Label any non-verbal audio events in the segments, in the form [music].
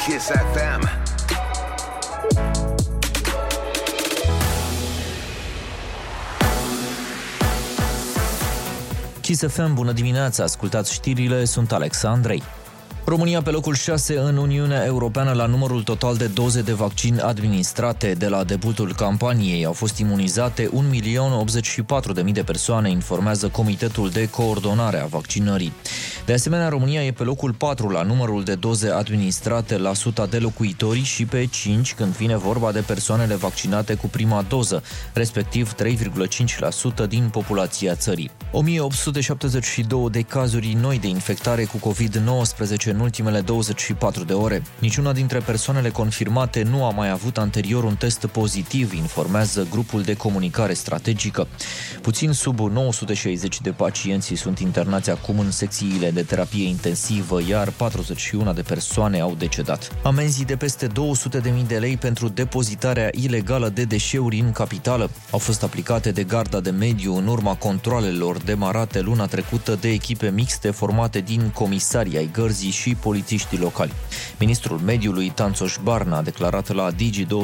Kiss FM. Kiss FM, bună dimineața, ascultați știrile, sunt Alexandrei. România pe locul 6 în Uniunea Europeană la numărul total de doze de vaccin administrate. De la debutul campaniei au fost imunizate 1.084.000 de persoane, informează Comitetul de Coordonare a Vaccinării. De asemenea, România e pe locul 4 la numărul de doze administrate la 100 de locuitori și pe 5 când vine vorba de persoanele vaccinate cu prima doză, respectiv 3,5% din populația țării. 1872 de cazuri noi de infectare cu COVID-19 în ultimele 24 de ore. Niciuna dintre persoanele confirmate nu a mai avut anterior un test pozitiv, informează grupul de comunicare strategică. Puțin sub 960 de pacienți sunt internați acum în secțiile de terapie intensivă, iar 41 de persoane au decedat. Amenzii de peste 200.000 de lei pentru depozitarea ilegală de deșeuri în capitală au fost aplicate de Garda de Mediu în urma controlelor demarate luna trecută de echipe mixte formate din comisarii ai gărzii și polițiștii locali. Ministrul Mediului Tanțoș Barna a declarat la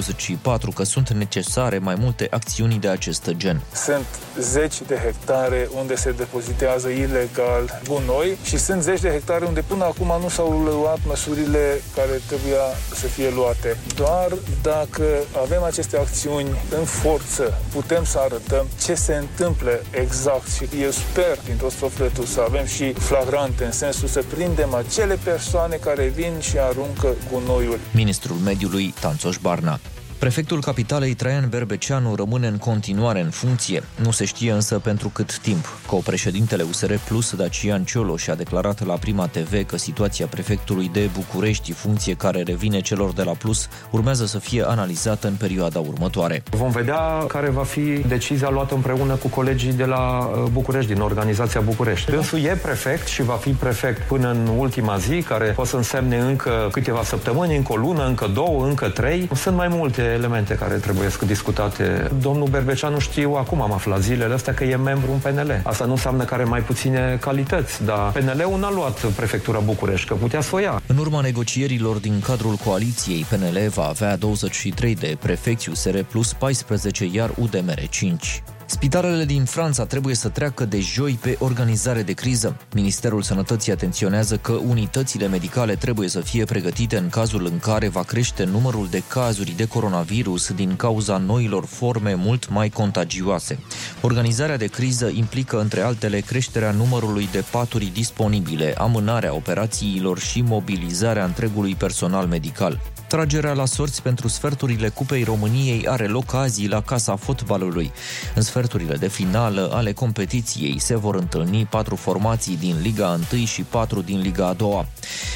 Digi24 că sunt necesare mai multe acțiuni de acest gen. Sunt zeci de hectare unde se depozitează ilegal gunoi și sunt zeci de hectare unde până acum nu s-au luat măsurile care trebuia să fie luate. Doar dacă avem aceste acțiuni în forță, putem să arătăm ce se întâmplă exact și eu sper din tot sufletul să avem și flagrante, în sensul să prindem acele persoane care vin și aruncă gunoiul. Ministrul Mediului Tanțoș Barna. Prefectul capitalei Traian Berbeceanu rămâne în continuare în funcție. Nu se știe însă pentru cât timp. Co-președintele USR Plus, Dacian Cioloș, a declarat la Prima TV că situația prefectului de București, funcție care revine celor de la Plus, urmează să fie analizată în perioada următoare. Vom vedea care va fi decizia luată împreună cu colegii de la uh, București, din organizația București. Dânsul e prefect și va fi prefect până în ultima zi, care poate să însemne încă câteva săptămâni, încă o lună, încă două, încă trei. Sunt mai multe elemente care trebuie să discutate. Domnul Berbeceanu știu, acum am aflat zilele astea că e membru în PNL. Asta nu înseamnă că are mai puține calități, dar PNL-ul n-a luat prefectura București, că putea să o ia. În urma negocierilor din cadrul coaliției, PNL va avea 23 de prefecți USR plus 14, iar UDMR 5. Spitalele din Franța trebuie să treacă de joi pe organizare de criză. Ministerul Sănătății atenționează că unitățile medicale trebuie să fie pregătite în cazul în care va crește numărul de cazuri de coronavirus din cauza noilor forme mult mai contagioase. Organizarea de criză implică, între altele, creșterea numărului de paturi disponibile, amânarea operațiilor și mobilizarea întregului personal medical. Tragerea la sorți pentru sferturile Cupei României are loc azi la Casa Fotbalului. În sferturile de finală ale competiției se vor întâlni patru formații din Liga 1 și patru din Liga 2.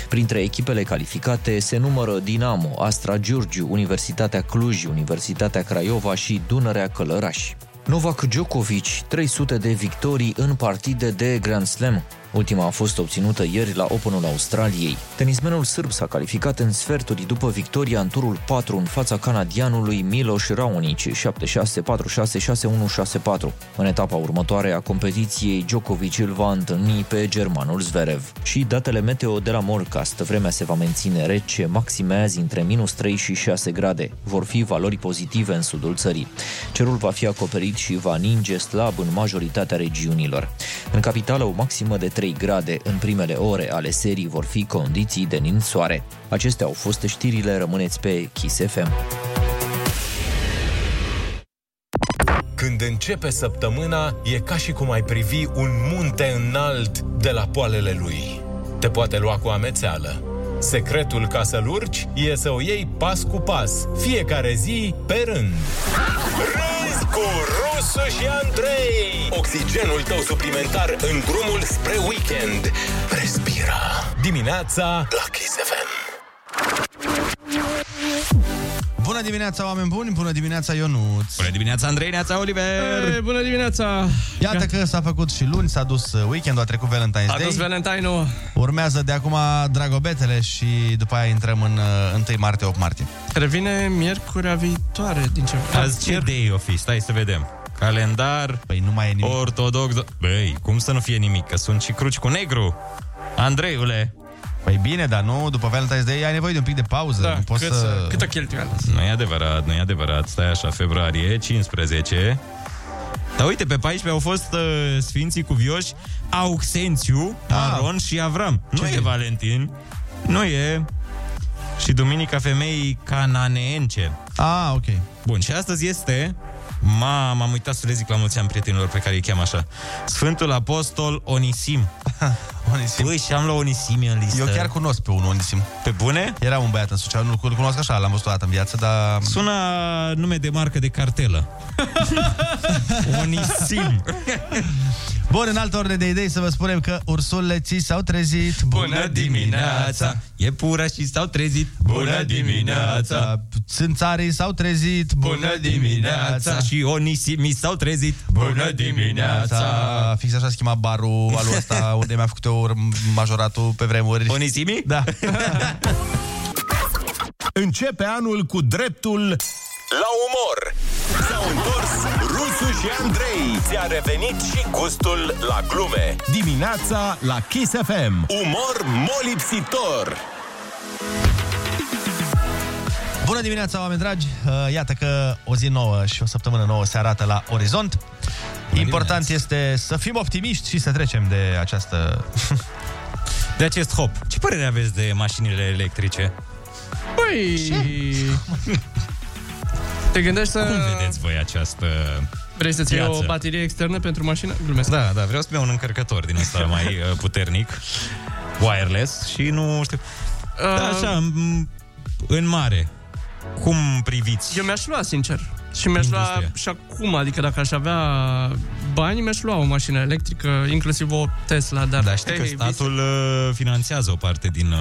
Printre echipele calificate se numără Dinamo, Astra Giurgiu, Universitatea Cluj, Universitatea Craiova și Dunărea Călăraș. Novak Djokovic, 300 de victorii în partide de Grand Slam. Ultima a fost obținută ieri la Openul Australiei. Tenismenul sârb s-a calificat în sferturi după victoria în turul 4 în fața canadianului Miloš Raonic 7-6, 4-6, 6-1, 6-4. În etapa următoare a competiției, Djokovic îl va întâlni pe germanul Zverev. Și datele meteo de la Morcast, vremea se va menține rece, maxime azi între minus 3 și 6 grade. Vor fi valori pozitive în sudul țării. Cerul va fi acoperit și va ninge slab în majoritatea regiunilor. În capitală, o maximă de 3 grade. În primele ore ale serii vor fi condiții de ninsoare. Acestea au fost știrile, rămâneți pe Kiss FM. Când începe săptămâna, e ca și cum ai privi un munte înalt de la poalele lui. Te poate lua cu amețeală. Secretul ca să-l urci e să o iei pas cu pas, fiecare zi pe rând. Râzi cu Rusu și Andrei. Oxigenul tău suplimentar în drumul spre weekend. Respira. Dimineața La Kiss FM. Bună dimineața, oameni buni! Bună dimineața, Ionuț! Bună dimineața, Andrei, neața, Oliver! Ei, bună dimineața! Iată că s-a făcut și luni, s-a dus uh, weekendul, a trecut Valentine's A dus Day. Valentine-ul. Urmează de acum dragobetele și după aia intrăm în uh, 1 martie, 8 martie. Revine miercurea viitoare, din [laughs] ce Azi ce day o fi? Stai să vedem. Calendar Păi nu mai e nimic. ortodox. Băi, cum să nu fie nimic? Că sunt și cruci cu negru. Andreiule, Păi bine, dar nu, după Valentine's Day ai nevoie de un pic de pauză. Da, nu poți cât, să... câtă cheltuială. Nu e adevărat, nu e adevărat. Stai așa, februarie, 15. Dar uite, pe 14 au fost uh, sfinții cuvioși Auxențiu, Ah. Aron și Avram. Nu e Valentin, nu e... Și Duminica Femeii Cananeence. Ah, ok. Bun, și astăzi este... Ma, m-am uitat să le zic la mulți ani prietenilor pe care îi cheamă așa. Sfântul Apostol Onisim. [laughs] Onisim. Păi, și am la Onisim în listă. Eu chiar cunosc pe unul Onisim. Pe bune? Era un băiat în Suceava, nu îl cunosc așa, l-am văzut o dată în viață, dar... Sună nume de marcă de cartelă. Onisim. Bun, în altă ordine de idei să vă spunem că ursuleții s-au trezit. E pura și s-au trezit Țânțarii s-au trezit. Și onisimii s-au trezit Fix așa schimba barul alul [laughs] ăsta unde mi-a făcut eu majoratul pe vremuri. Onisimii? [laughs] Da. Începe anul cu dreptul La umor S-au întors Rusu și Andrei Ți-a revenit și gustul la glume dimineața la Kiss FM. Umor molipsitor Bună dimineața, oameni dragi! Uh, Iată că o zi nouă și o săptămână nouă se arată la orizont. Important este să fim optimiști și să trecem de [laughs] această... De acest hop, ce părere aveți de mașinile electrice? Păi... [laughs] Te gândești să... Cum vedeți voi această... Uh. Vrei să-ți iei piață? o baterie externă pentru mașină? Glumesc. Da, da, vreau să-mi iau un încărcător din ăsta mai [laughs] uh, puternic, wireless și nu știu... Da, Uh, așa, m- în mare, cum priviți? Eu mi-aș lua, sincer. Și mi-aș lua Industria. și acum, adică dacă aș avea bani, mi-aș lua o mașină electrică, inclusiv o Tesla, dar... Dar știi că Ei, statul uh, finanțează o parte din... uh,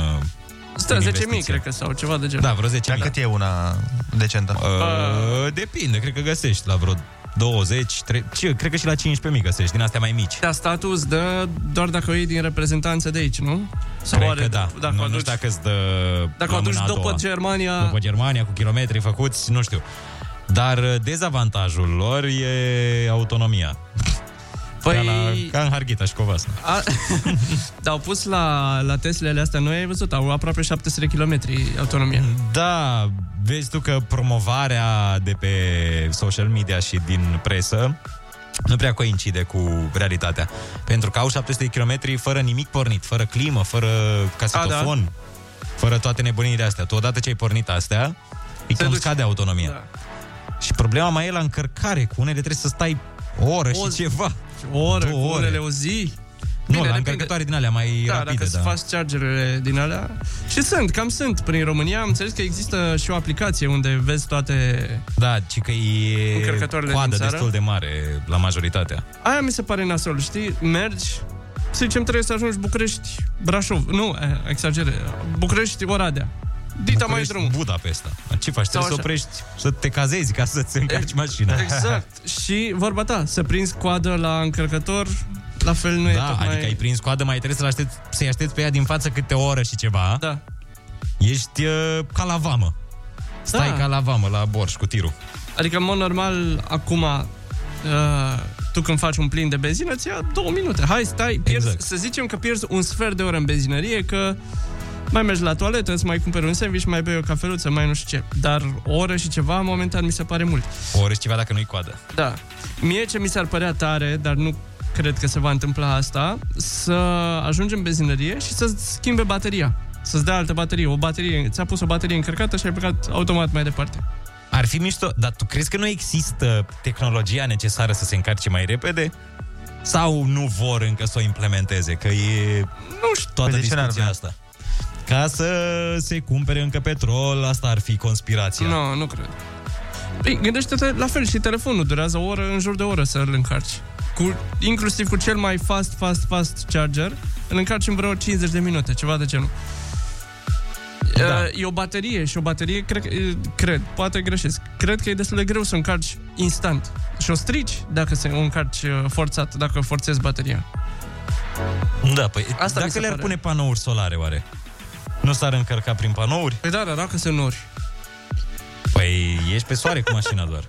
Stă în 10.000, investiție. cred că, sau ceva de genul. Da, vreo 10.000. Dar cât e una decentă? Uh, depinde, cred că găsești la vreo 20, 3, ce, cred că și la 15.000 găsești, din astea mai mici. Dar statul îți dă doar dacă o iei din reprezentanță de aici, nu? Sau Cred are, că da. Dacă nu, o nu aduci, știu dacă îți dă dacă o la aduci mâna a după doua. Germania... după Germania, cu kilometri făcuți, nu știu. Dar uh, dezavantajul lor e autonomia. Ca, la, păi... ca în Harghita și Covasna. A, dar au pus la, la Teslele astea noi, ai văzut, au aproape 700 de kilometri autonomie. Da, vezi tu că promovarea de pe social media și din presă nu prea coincide cu realitatea. Pentru că au 700 de kilometri fără nimic pornit, fără climă, fără casetofon, A, da. fără toate nebuniile astea. Tu odată ce ai pornit astea, îi cam duce. scade autonomia. Da. Da. Și problema mai e la încărcare. Cu unele trebuie să stai o oră O și zi. ceva. O oră, Două cu ore. unele o zi. Bine, nu, la depinde. încărcătoare din alea mai Da, rapide. dacă da. da. faci chargerele din alea. Și sunt, cam sunt. Prin România am înțeles că există și o aplicație unde vezi toate... da, ci că e Încărcătoarele din coadă țară. destul de mare la majoritatea. Aia mi se pare nasol, știi? Mergi, să zicem, trebuie să ajungi București, Brașov. Nu, eh, exagere. București, Oradea. Dita mai e București, drumul. Budapesta. Sau Ce faci? Trebuie să așa. oprești, să te cazezi ca să-ți încarci mașina. Exact. și vorba ta, să prinzi coadă la încărcător, la fel nu e Da, tocmai... adică ai prins coadă, mai trebuie să-l aștepți, să-i aștepți pe ea din față câte o oră și ceva. Da. Ești uh, ca la vamă. Stai Da. ca la vamă, la borș, cu tirul. Adică, în mod normal, acum, uh, tu când faci un plin de benzină, ți ia două minute. Hai, stai, pierzi, Exact. exact. să zicem că pierzi un sfert de oră în benzinărie, că mai mergi la toaletă, îți mai cumperi un sandwich, mai bei o cafeluță, mai nu știu ce. Dar o oră și ceva, momentan, mi se pare mult. O oră și ceva dacă nu-i coadă. Da. Mie ce mi s-ar părea tare, dar nu cred că se va întâmpla asta, să ajungi în benzinărie și să-ți schimbe bateria. Să-ți dea altă baterie. O baterie, ți-a pus o baterie încărcată și ai plecat automat mai departe. Ar fi mișto, dar tu crezi că nu există tehnologia necesară să se încarce mai repede? Sau nu vor încă să o implementeze? Că e Nu știu. toată Păi de ce n-ar discuția vrea? asta. Ca să se cumpere încă petrol, asta ar fi conspirația. Nu, no, nu cred. Păi, gândește-te la fel și telefonul durează o oră, în jur de o oră să îl încarci. Cu, inclusiv cu cel mai fast, fast, fast charger, îl încarci în vreo 50 de minute, ceva de genul. Da. Da. E o baterie și o baterie, cred, că- e- cred, poate greșesc, cred că e destul de greu să o încarci instant. Și o strici dacă se o încarci uh, forțat, dacă forțezi bateria. Da, păi Asta Asta mi dacă se le-ar pare. pune panouri solare, oare? Nu s-ar încărca prin panouri? Păi da, da, dacă se nori. Păi ești pe soare cu mașina [laughs] doar.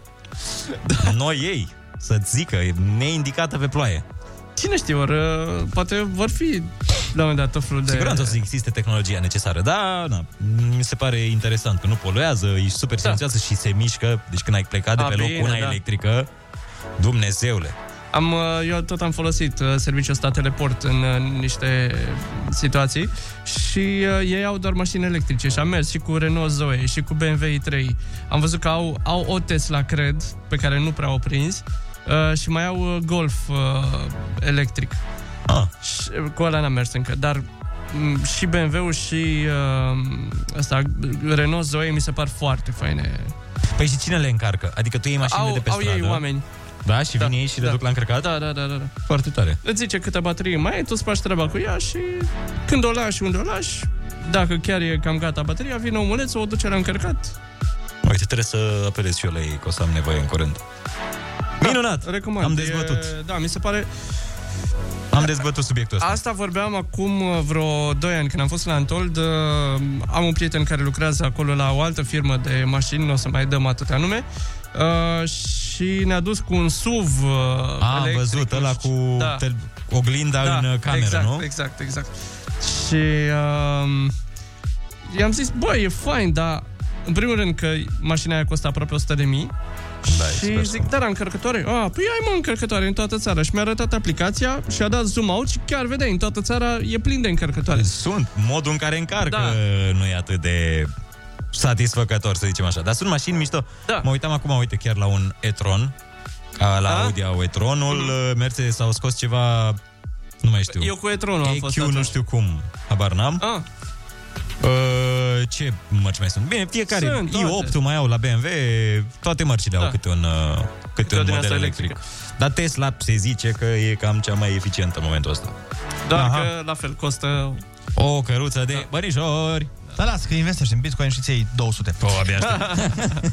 Noi ei, să zică, e neindicată pe ploaie. Cine știe, ori, uh, poate vor fi la un moment dat tot felul de... De... Siguranță o să existe tehnologia necesară, da, na, mi se pare interesant că nu poluează, e super silențioasă și se mișcă, deci când ai plecat Da. A, de pe loc bine, cu una da. electrică, Dumnezeule. Am, uh, eu tot am folosit uh, serviciul ăsta teleport în uh, niște situații și uh, ei au doar mașini electrice și am mers și cu Renault Zoe și cu BMW i3. Am văzut că au, au o Tesla, cred, pe care nu prea o prins uh, și mai au uh, Golf uh, electric. Ah. Și, uh, cu ăla n-am mers încă, dar mm, și BMW-ul și uh, asta, Renault Zoe mi se par foarte faine. Păi și cine le încarcă? Adică tu iei mașinile Au, de pe au stradă. ei oameni. Da, și vin ei și le da. duc la încărcat? Da, da, da, da. da. Foarte tare. Îți zice câte baterie mai e, tu îți faci treaba cu ea și când o lași, unde o lași, dacă chiar e cam gata bateria, vine omuleț, o duce la încărcat. Uite, trebuie să apelez și eu la ei, că o să am nevoie în curând. Minunat! Da, Recomand. Am dezbătut. E, da, mi se pare... Am dezbătut subiectul ăsta. Asta vorbeam acum uh, vreo 2 ani când am fost la Antold. uh, Am un prieten care lucrează acolo la o altă firmă de mașini, nu o să mai dăm atâtea nume. Uh, și ne-a dus cu un SUV uh, A, Ah, am electric, văzut, nu ăla știu- cu da. tel- oglinda în uh, cameră, exact, nu? Exact, exact. Și um, i-am zis, băi, e fain, dar în primul rând că mașina aia costă aproape 100 de mii. Da, e și super zic, dar am încărcătoare? A, păi ai mă încărcătoare în toată țara. Și mi-a arătat aplicația și a dat zoom out și chiar vedeai, în toată țara e plin de încărcătoare. Sunt, modul în care încarcă Da. nu e atât de satisfăcător, să zicem așa. Dar sunt mașini mișto. Da. Mă uitam acum, uite, chiar la un e-tron. A, La Da? Mhm. Audi au e-tronul, mm-hmm. Mercedes au scos ceva, nu mai știu. Eu cu e-tronul am fost EQ, nu atunci. Ah. știu cum, habar n-am. A, Uh, ce mărci mai sunt? Bine, fiecare, Sunt toate. i8 mai au la BMW, toate mărcile Da. au câte un, uh, câte o un din model asta electric. electrică. Dar Tesla se zice că e cam cea mai eficientă în momentul ăsta. doar Aha. că la fel costă... O căruță de bănișori! Dar Da. las că investești în Bitcoin și ți 200. O, Oh, abia aștept. [laughs]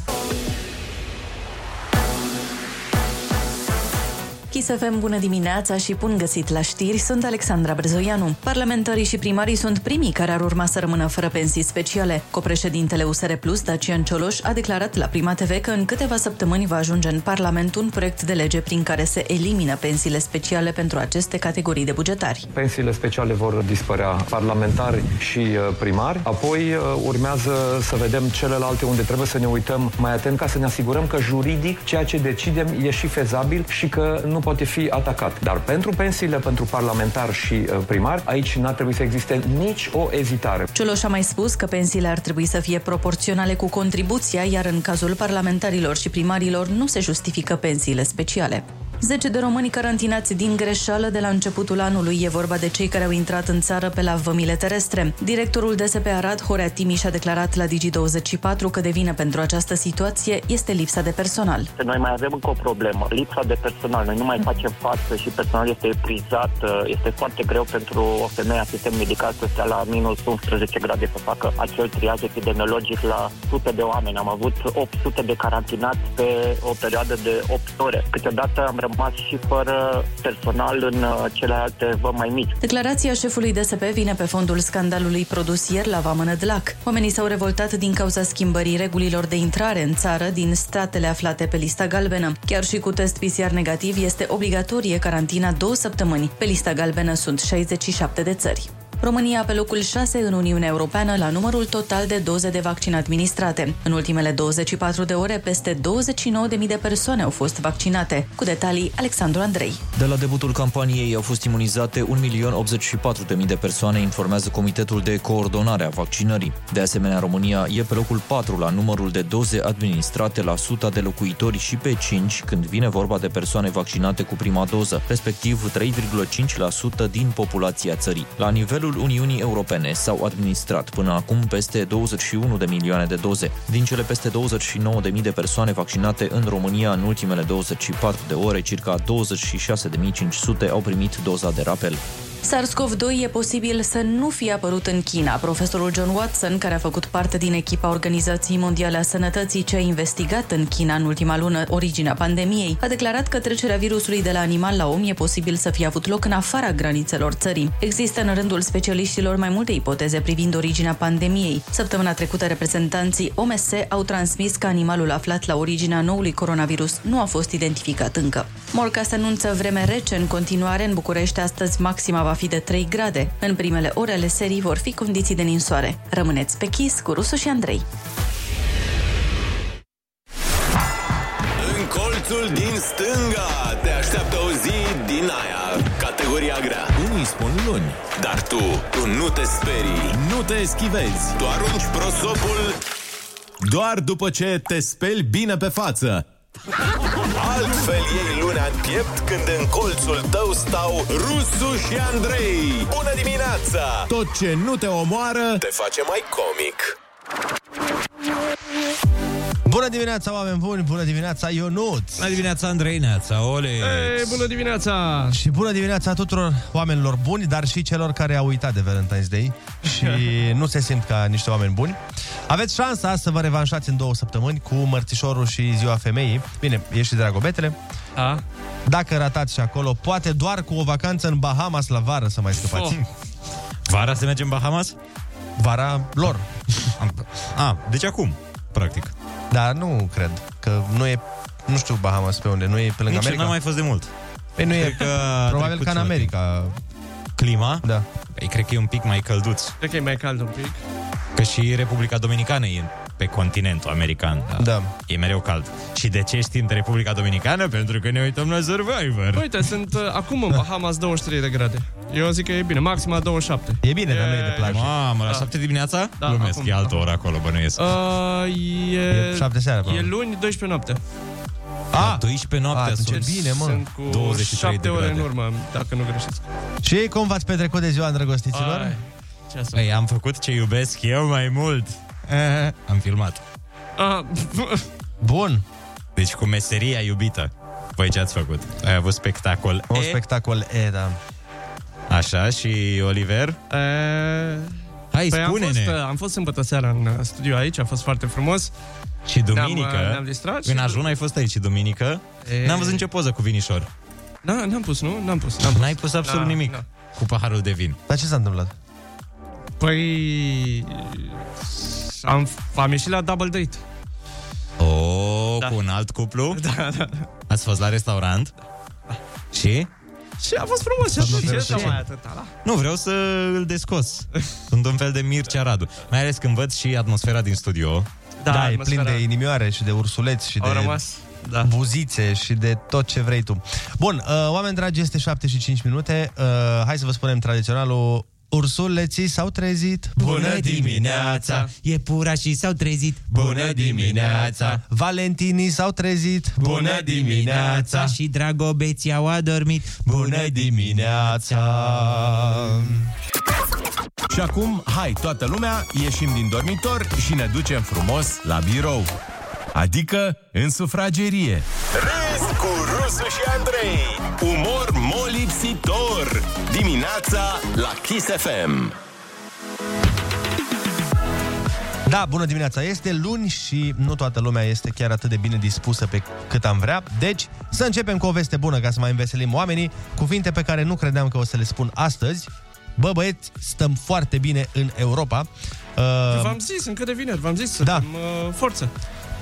Kiss FM, bună dimineața și bun găsit la știri, sunt Alexandra Brezoianu. Parlamentarii și primarii sunt primii care ar urma să rămână fără pensii speciale. Copreședintele USR Plus, Dacian Cioloș, a declarat la Prima TV că în câteva săptămâni va ajunge în Parlament un proiect de lege prin care se elimină pensiile speciale pentru aceste categorii de bugetari. Pensiile speciale vor dispărea parlamentari și uh, primari. Apoi uh, urmează să vedem celelalte unde trebuie să ne uităm mai atent ca să ne asigurăm că juridic ceea ce decidem e și fezabil și că nu poate fi atacat. Dar pentru pensiile pentru parlamentari și uh, primari, aici n-ar trebui să existe nici o ezitare. Cioloș a mai spus că pensiile ar trebui să fie proporționale cu contribuția, iar în cazul parlamentarilor și primarilor nu se justifică pensiile speciale. 10 de români carantinați din greșeală de la începutul anului e vorba de cei care au intrat în țară pe la vămile terestre. Directorul DSP Arad, Horea Timiș, a declarat la Digi24 că de vină pentru această situație este lipsa de personal. Noi mai avem încă o problemă, lipsa de personal. Noi nu mai facem față și personalul este epuizat. Este foarte greu pentru o femeie asistent medical să stea la minus 11 grade să facă acel triaj epidemiologic la sute de oameni. Am avut 800 de carantinați pe o perioadă de 8 ore. Câteodată am rămas și fără personal în uh, celelalte vă mai mici. Declarația șefului DSP vine pe fondul scandalului produs ieri la Vamă Nădlac. Oamenii s-au revoltat din cauza schimbării regulilor de intrare în țară din statele aflate pe lista galbenă. Chiar și cu test PCR negativ este obligatorie carantina două săptămâni. Pe lista galbenă sunt 67 de țări. România pe locul 6 în Uniunea Europeană la numărul total de doze de vaccin administrate. În ultimele 24 de ore, peste 29.000 de persoane au fost vaccinate. Cu detalii, Alexandru Andrei. De la debutul campaniei au fost imunizate 1.084.000 de persoane, informează Comitetul de Coordonare a Vaccinării. De asemenea, România e pe locul 4 la numărul de doze administrate la 100 de locuitori și pe 5 când vine vorba de persoane vaccinate cu prima doză, respectiv 3,5% din populația țării. La nivelul Uniunii Europene s-au administrat până acum peste 21 de milioane de doze. Din cele peste 29.000 de persoane vaccinate în România în ultimele 24 de ore, circa 26.500 au primit doza de rapel. SARS-CoV-2 e posibil să nu fie apărut în China. Profesorul John Watson, care a făcut parte din echipa Organizației Mondiale a Sănătății ce a investigat în China în ultima lună originea pandemiei, a declarat că trecerea virusului de la animal la om e posibil să fie avut loc în afara granițelor țării. Există în rândul specialiștilor mai multe ipoteze privind originea pandemiei. Săptămâna trecută, reprezentanții OMS au transmis că animalul aflat la originea noului coronavirus nu a fost identificat încă. Morca se anunță vreme rece în continuare în București astăzi maxima va fi de 3 grade. În primele ore ale serii vor fi condiții de ninsoare. Rămâneți pe chis cu Rusu și Andrei. În colțul din stânga te așteaptă o zi din aia, categoria grea. Unii spun luni. Dar tu, tu nu te sperii, nu te eschivezi, tu arunci prosopul Doar după ce te speli bine pe față. Altfel iei lunea în piept când în colțul tău stau Rusu și Andrei. Bună dimineața! Tot ce nu te omoară... Te face mai comic. Bună dimineața, oameni buni! Bună dimineața, Ionuț! La dimineața, Andrei Neața, ole! Ei, bună dimineața! Și bună dimineața tuturor oamenilor buni, dar și celor care au uitat de Valentine's Day [laughs] și nu se simt ca niște oameni buni. Aveți șansa să vă revanșați în două săptămâni cu Mărțișorul și Ziua Femeii. Bine, e și Dragobetele. A? Dacă ratați și acolo, poate doar cu o vacanță în Bahamas la vară să mai scăpați. [laughs] Oh. Vara se merge în Bahamas? Vara lor. A, deci acum, practic. Dar nu cred că nu e nu știu Bahamas pe unde, nu e pe lângă Nici America. n-am mai fost de mult. Păi nu e, [laughs] Cred că a probabil trecut ca în ceva America. Clima? Da. Păi, cred că e un pic mai călduț. Cred că e mai cald un pic. Că și Republica Dominicană e pe continentul american. Da. E mereu cald. Și de ce știm de Republica Dominicană? Pentru că ne uităm la Survivor. Uite, sunt uh, acum în Bahamas 23 de grade. Eu zic că e bine, maxima 27. E bine, dar nu e de plajă. Mamă, la șapte dimineața? Da, Glumesc, acum, e altă oră acolo, bănuiesc. Uh, e... E șapte seara, E probabil. luni 12 noapte. A, 12 A, noaptea atunci sunt. e bine, mă. Sunt cu 23 7 de ore în grade. urmă, dacă nu greșesc. Și cum v-ați petrecut de ziua îndrăgostiților? Ai, Ce să... Păi, am făcut ce iubesc eu mai mult. Eh, Am filmat. Ah, Bun. Deci cu meseria iubită. Voi ce ați făcut? Ai avut spectacol Un E, spectacol, e, da. așa, și Oliver? e, Hai, Păi am spune-ne! fost, uh, am fost sâmbătă seara în uh, studio aici, a fost foarte frumos. Și Ne-am, duminică, uh, ne-am distrat și- în ajun ai fost aici duminică, E. n-am văzut nicio poză cu vinișor. Da, n-am pus, nu? N-am pus, n-am pus. N-ai pus absolut Da, nimic da. cu paharul de vin. Dar ce s-a întâmplat? Păi... Am, am ieșit la double date. Oh, Da. cu un alt cuplu? [laughs] Da, da. Ați fost la restaurant? Și? Și a fost frumos și atunci. vreau Ce să să știu. mai atâta, da? Nu, vreau să îl descos. Sunt un fel de Mircea Radu. Mai ales când văd și atmosfera din studio. da e plin atmosfera. de inimioare și de ursuleți și Au de rămas, da. buzițe și de tot ce vrei tu. Bun, uh, oameni dragi, este 7 și 5 minute. Uh, hai să vă spunem tradiționalul Ursuleții s-au trezit. dimineața! E pura și s-au trezit. Valentinii s-au trezit. Și dragobeții au adormit. Bună dimineața! Și acum, hai, toată lumea, ieșim din dormitor și ne ducem frumos la birou. Adică în sufragerie. Râs cu Rusu și Andrei. Umor molipsitor. Dimineața la Kiss FM. Da, bună dimineața! Este luni și nu toată lumea este chiar atât de bine dispusă pe cât am vrea. Deci, să începem cu o veste bună ca să mai înveselim oamenii. Cuvinte pe care nu credeam că o să le spun astăzi. Bă, băieți, stăm foarte bine în Europa. Uh, V-am zis, încă de vineri, v-am zis să Da. da. dăm uh, forță.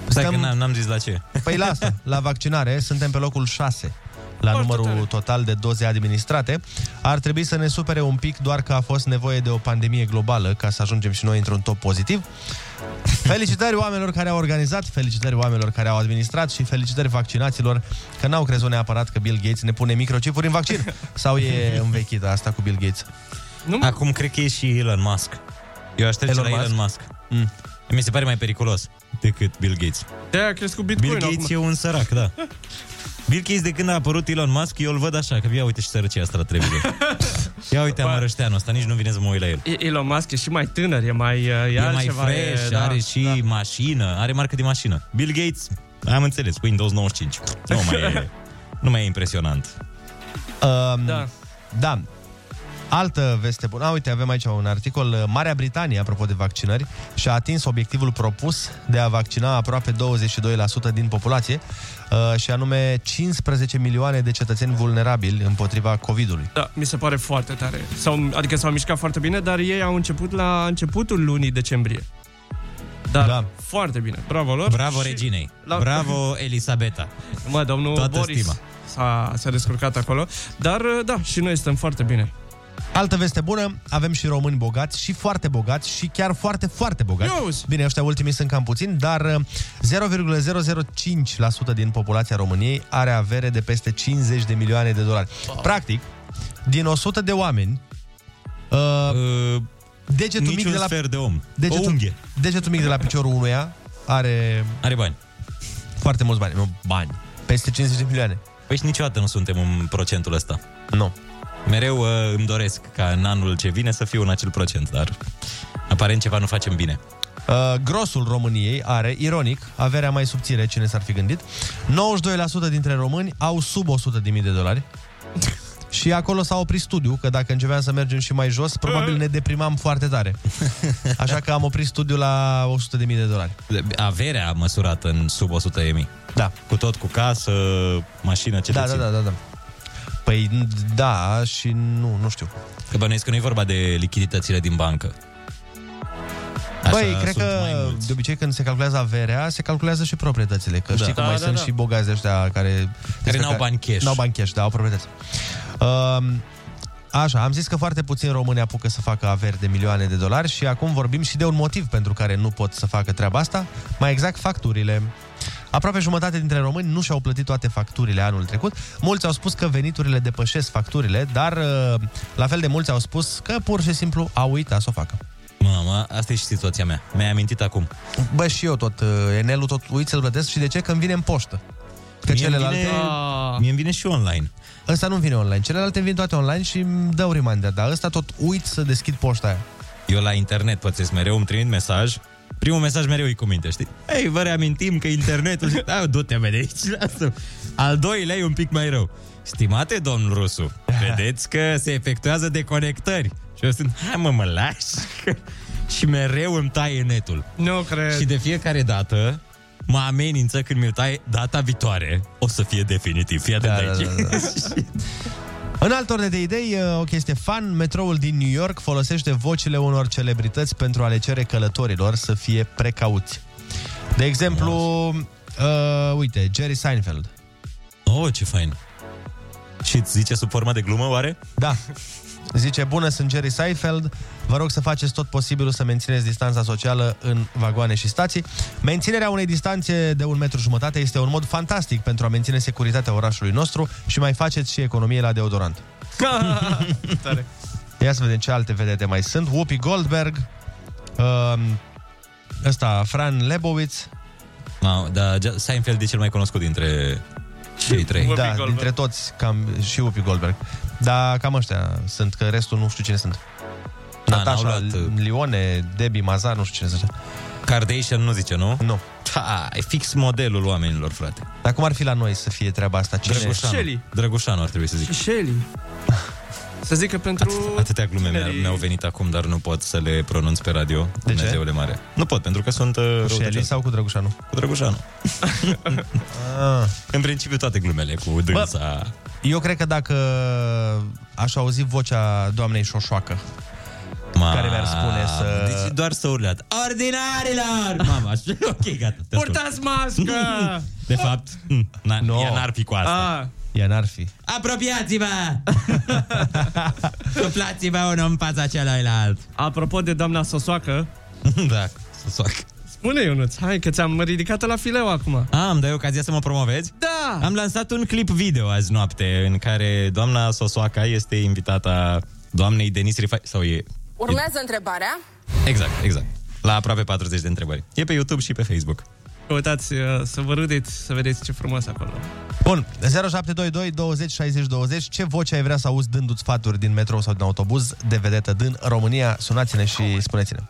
Stai că Stăm- n-am, n-am zis la ce. păi la asta, la vaccinare, suntem pe locul 6 la Foarte numărul tare. total de doze administrate. Ar trebui să ne supere un pic doar că a fost nevoie de o pandemie globală ca să ajungem și noi într-un top pozitiv. Felicitări oamenilor care au organizat, felicitări oamenilor care au administrat și felicitări vaccinaților că n-au crezut neapărat că Bill Gates ne pune microchipuri în vaccin. Sau e învechită asta cu Bill Gates? Acum cred că e și Elon Musk. Eu aștept Elon Elon la Musk? Elon Musk. Mm. Mi se pare mai periculos decât Bill Gates. De-aia a crescut Bill Bitcoin Gates acum. e un sărac, da. Bill Gates de când a apărut Elon Musk, eu îl văd așa, că ia uite și sărăcia asta la [laughs] trebuie. Ia uite amărășteanul ăsta, nici nu vine să mă uit la el. E- Elon Musk e și mai tânăr, e mai... Uh, e, E mai altceva, fresh, da, are și da. mașină, are marcă de mașină. Bill Gates, am înțeles, Windows 95. Nu [laughs] mai e, nu mai e impresionant. Um, Da. Da. Altă veste bună. A, uite, avem aici un articol. Marea Britanie, apropo de vaccinări, și-a atins obiectivul propus de a vaccina aproape 22% din populație, uh, și anume 15 milioane de cetățeni vulnerabili împotriva COVID-ului. Da, mi se pare foarte tare. S-au, adică s-au mișcat foarte bine, dar ei au început la începutul lunii decembrie. Dar Da. da. foarte bine. Bravo lor. Bravo Și- reginei, la- bravo Elisabeta. Mă, domnul Toată Boris stima. S-a, s-a descurcat acolo. Dar, uh, da, și noi stăm foarte bine. Altă veste bună, avem și români bogați și foarte bogați și chiar foarte, foarte bogați. Iuzi! Bine, ăștia ultimii sunt cam puțini, dar uh, 0,005% din populația României are avere de peste 50 de milioane de dolari. Practic, din 100 de oameni, uh, Uh, degetul mic niciun de la sfert de om. degetul, o unghie. degetul mic de la piciorul unuia are Are bani. foarte mulți bani. Nu, bani. Peste 50 de milioane. Păi și niciodată nu suntem în procentul ăsta. Nu. Mereu uh, îmi doresc ca în anul ce vine să fiu în acel procent, dar aparent ceva nu facem bine. Uh, grosul României are, ironic, averea mai subțire, cine s-ar fi gândit. 92% dintre români au sub 100.000 de [laughs] dolari. Și acolo s-a oprit studiul, că dacă începeam să mergem și mai jos, probabil ne deprimam foarte [laughs] tare. Așa că am oprit studiul la 100.000 de dolari. Averea măsurată în sub 100 de mii. Da. Cu tot, cu casă, mașină, ce Da, te da, ține. da, da, da. Păi da și nu, nu știu. Că bănuiesc că nu e vorba de lichiditățile din bancă. Așa Băi, cred sunt că mai mulți. de obicei când se calculează averea, se calculează și proprietățile. Că știi Da, cum mai da, sunt da. și bogați de ăștia care... despre n-au bani cash. N-au bani cash, da, au proprietăți. Um, Așa, am zis că foarte puțin români apucă să facă averi de milioane de dolari și acum vorbim și de un motiv pentru care nu pot să facă treaba asta, mai exact facturile. Aproape jumătate dintre români nu și-au plătit toate facturile anul trecut. Mulți au spus că veniturile depășesc facturile, dar uh, la fel de mulți au spus că pur și simplu au uitat să o facă. Mama, asta e și situația mea. Mi-ai amintit acum. Bă, și eu tot, uh, Enelul tot uit să-l plătesc și de ce? Că îmi vine în poștă. Că Mie îmi celelalte... vine- Vine... Ah, Mie îmi vine și online. Ăsta nu vine online, celelalte vin toate online și îmi dau reminder, dar ăsta tot uit să deschid poșta aia. Eu la internet pățesc mereu, îmi trimit mesaj. Primul mesaj mereu e cu minte, știi? Ei, vă reamintim că internetul... Zic, Da, du-te mă de aici, lasă Al doilea e un pic mai rău. Stimate domn Rusu, vedeți că se efectuează deconectări. Și eu sunt, hai mă, mă lași. și mereu îmi taie netul. nu cred. Și de fiecare dată mă amenință când mi-l tai data viitoare. O să fie definitiv. Fii atent Da, da, aici. da, da. În alt ordine de idei, uh, o chestie fan, metroul din New York folosește vocile unor celebrități pentru a le cere călătorilor să fie precauți. De exemplu, uh, uite, Jerry Seinfeld. oh, ce fain. Și îți zice sub formă de glumă, oare? Da. Zice, bună, sunt Jerry Seinfeld, vă rog să faceți tot posibilul să mențineți distanța socială în vagoane și stații. Menținerea unei distanțe de un metru jumătate este un mod fantastic pentru a menține securitatea orașului nostru și mai faceți și economie la deodorant. da, [laughs] Tare. Ia să vedem ce alte vedete mai sunt. Whoopi Goldberg, um, ăsta, Fran Lebowitz, Ma, da, Ge- Seinfeld e cel mai cunoscut dintre cei trei. Whoopi da, Goldberg. dintre toți, cam, și Whoopi Goldberg. Dar cam ăștia sunt, că restul nu știu cine sunt. Da, n-au Natasha luat, uh, Lione, Debbie Mazar, nu știu cine sunt. Kardashian nu zice, nu? Nu. Da, e fix modelul oamenilor, frate. Dar cum ar fi la noi să fie treaba asta? Cine? Shelly. Drăgușanu ar trebui să zic. Shelly. Să zic că pentru... Atâtea glume mi-au, tinerii- mi-au venit acum, dar nu pot să le pronunț pe radio. Dumnezeule mare. Nu pot, pentru că sunt uh, Cu Shelly răutăcioasă. sau cu Drăgușanu? Cu Drăgușanu. Ah. În principiu toate glumele cu dânsa. Eu cred că dacă aș auzi vocea doamnei Șoșoacă, uh, Ma... care mi-ar spune să- Deci doar să urlat. Ordinarilor! Mama, așa- [laughs] ok, gata. te ascult. Purtați [laughs] mască! Ah. De fapt, mm, na, Hmm. No. ea n-ar fi cu asta. Ah, ea n-ar fi. Apropiați-vă! [laughs] Suplați-vă unul în fața celuilalt. apropo de doamna Sosoacă, da, să soac. spune Ionuț, hai că ți-am ridicat la fileu acum. Am, Ah, dai ocazia să mă promovezi? Da! Am lansat un clip video azi noapte în care doamna Sosoaca este invitata doamnei Denis Rifai, sau e... Urmează întrebarea. Exact, exact. La aproape 40 de întrebări. E pe YouTube și pe Facebook. Căutați uh, să vă râdeți, să vedeți ce frumos acolo. Bun, 0722 20 60 20 Ce voce ai vrea să auzi dându-ți sfaturi din metrou sau din autobuz de vedetă din România? Sunați-ne și spuneți-ne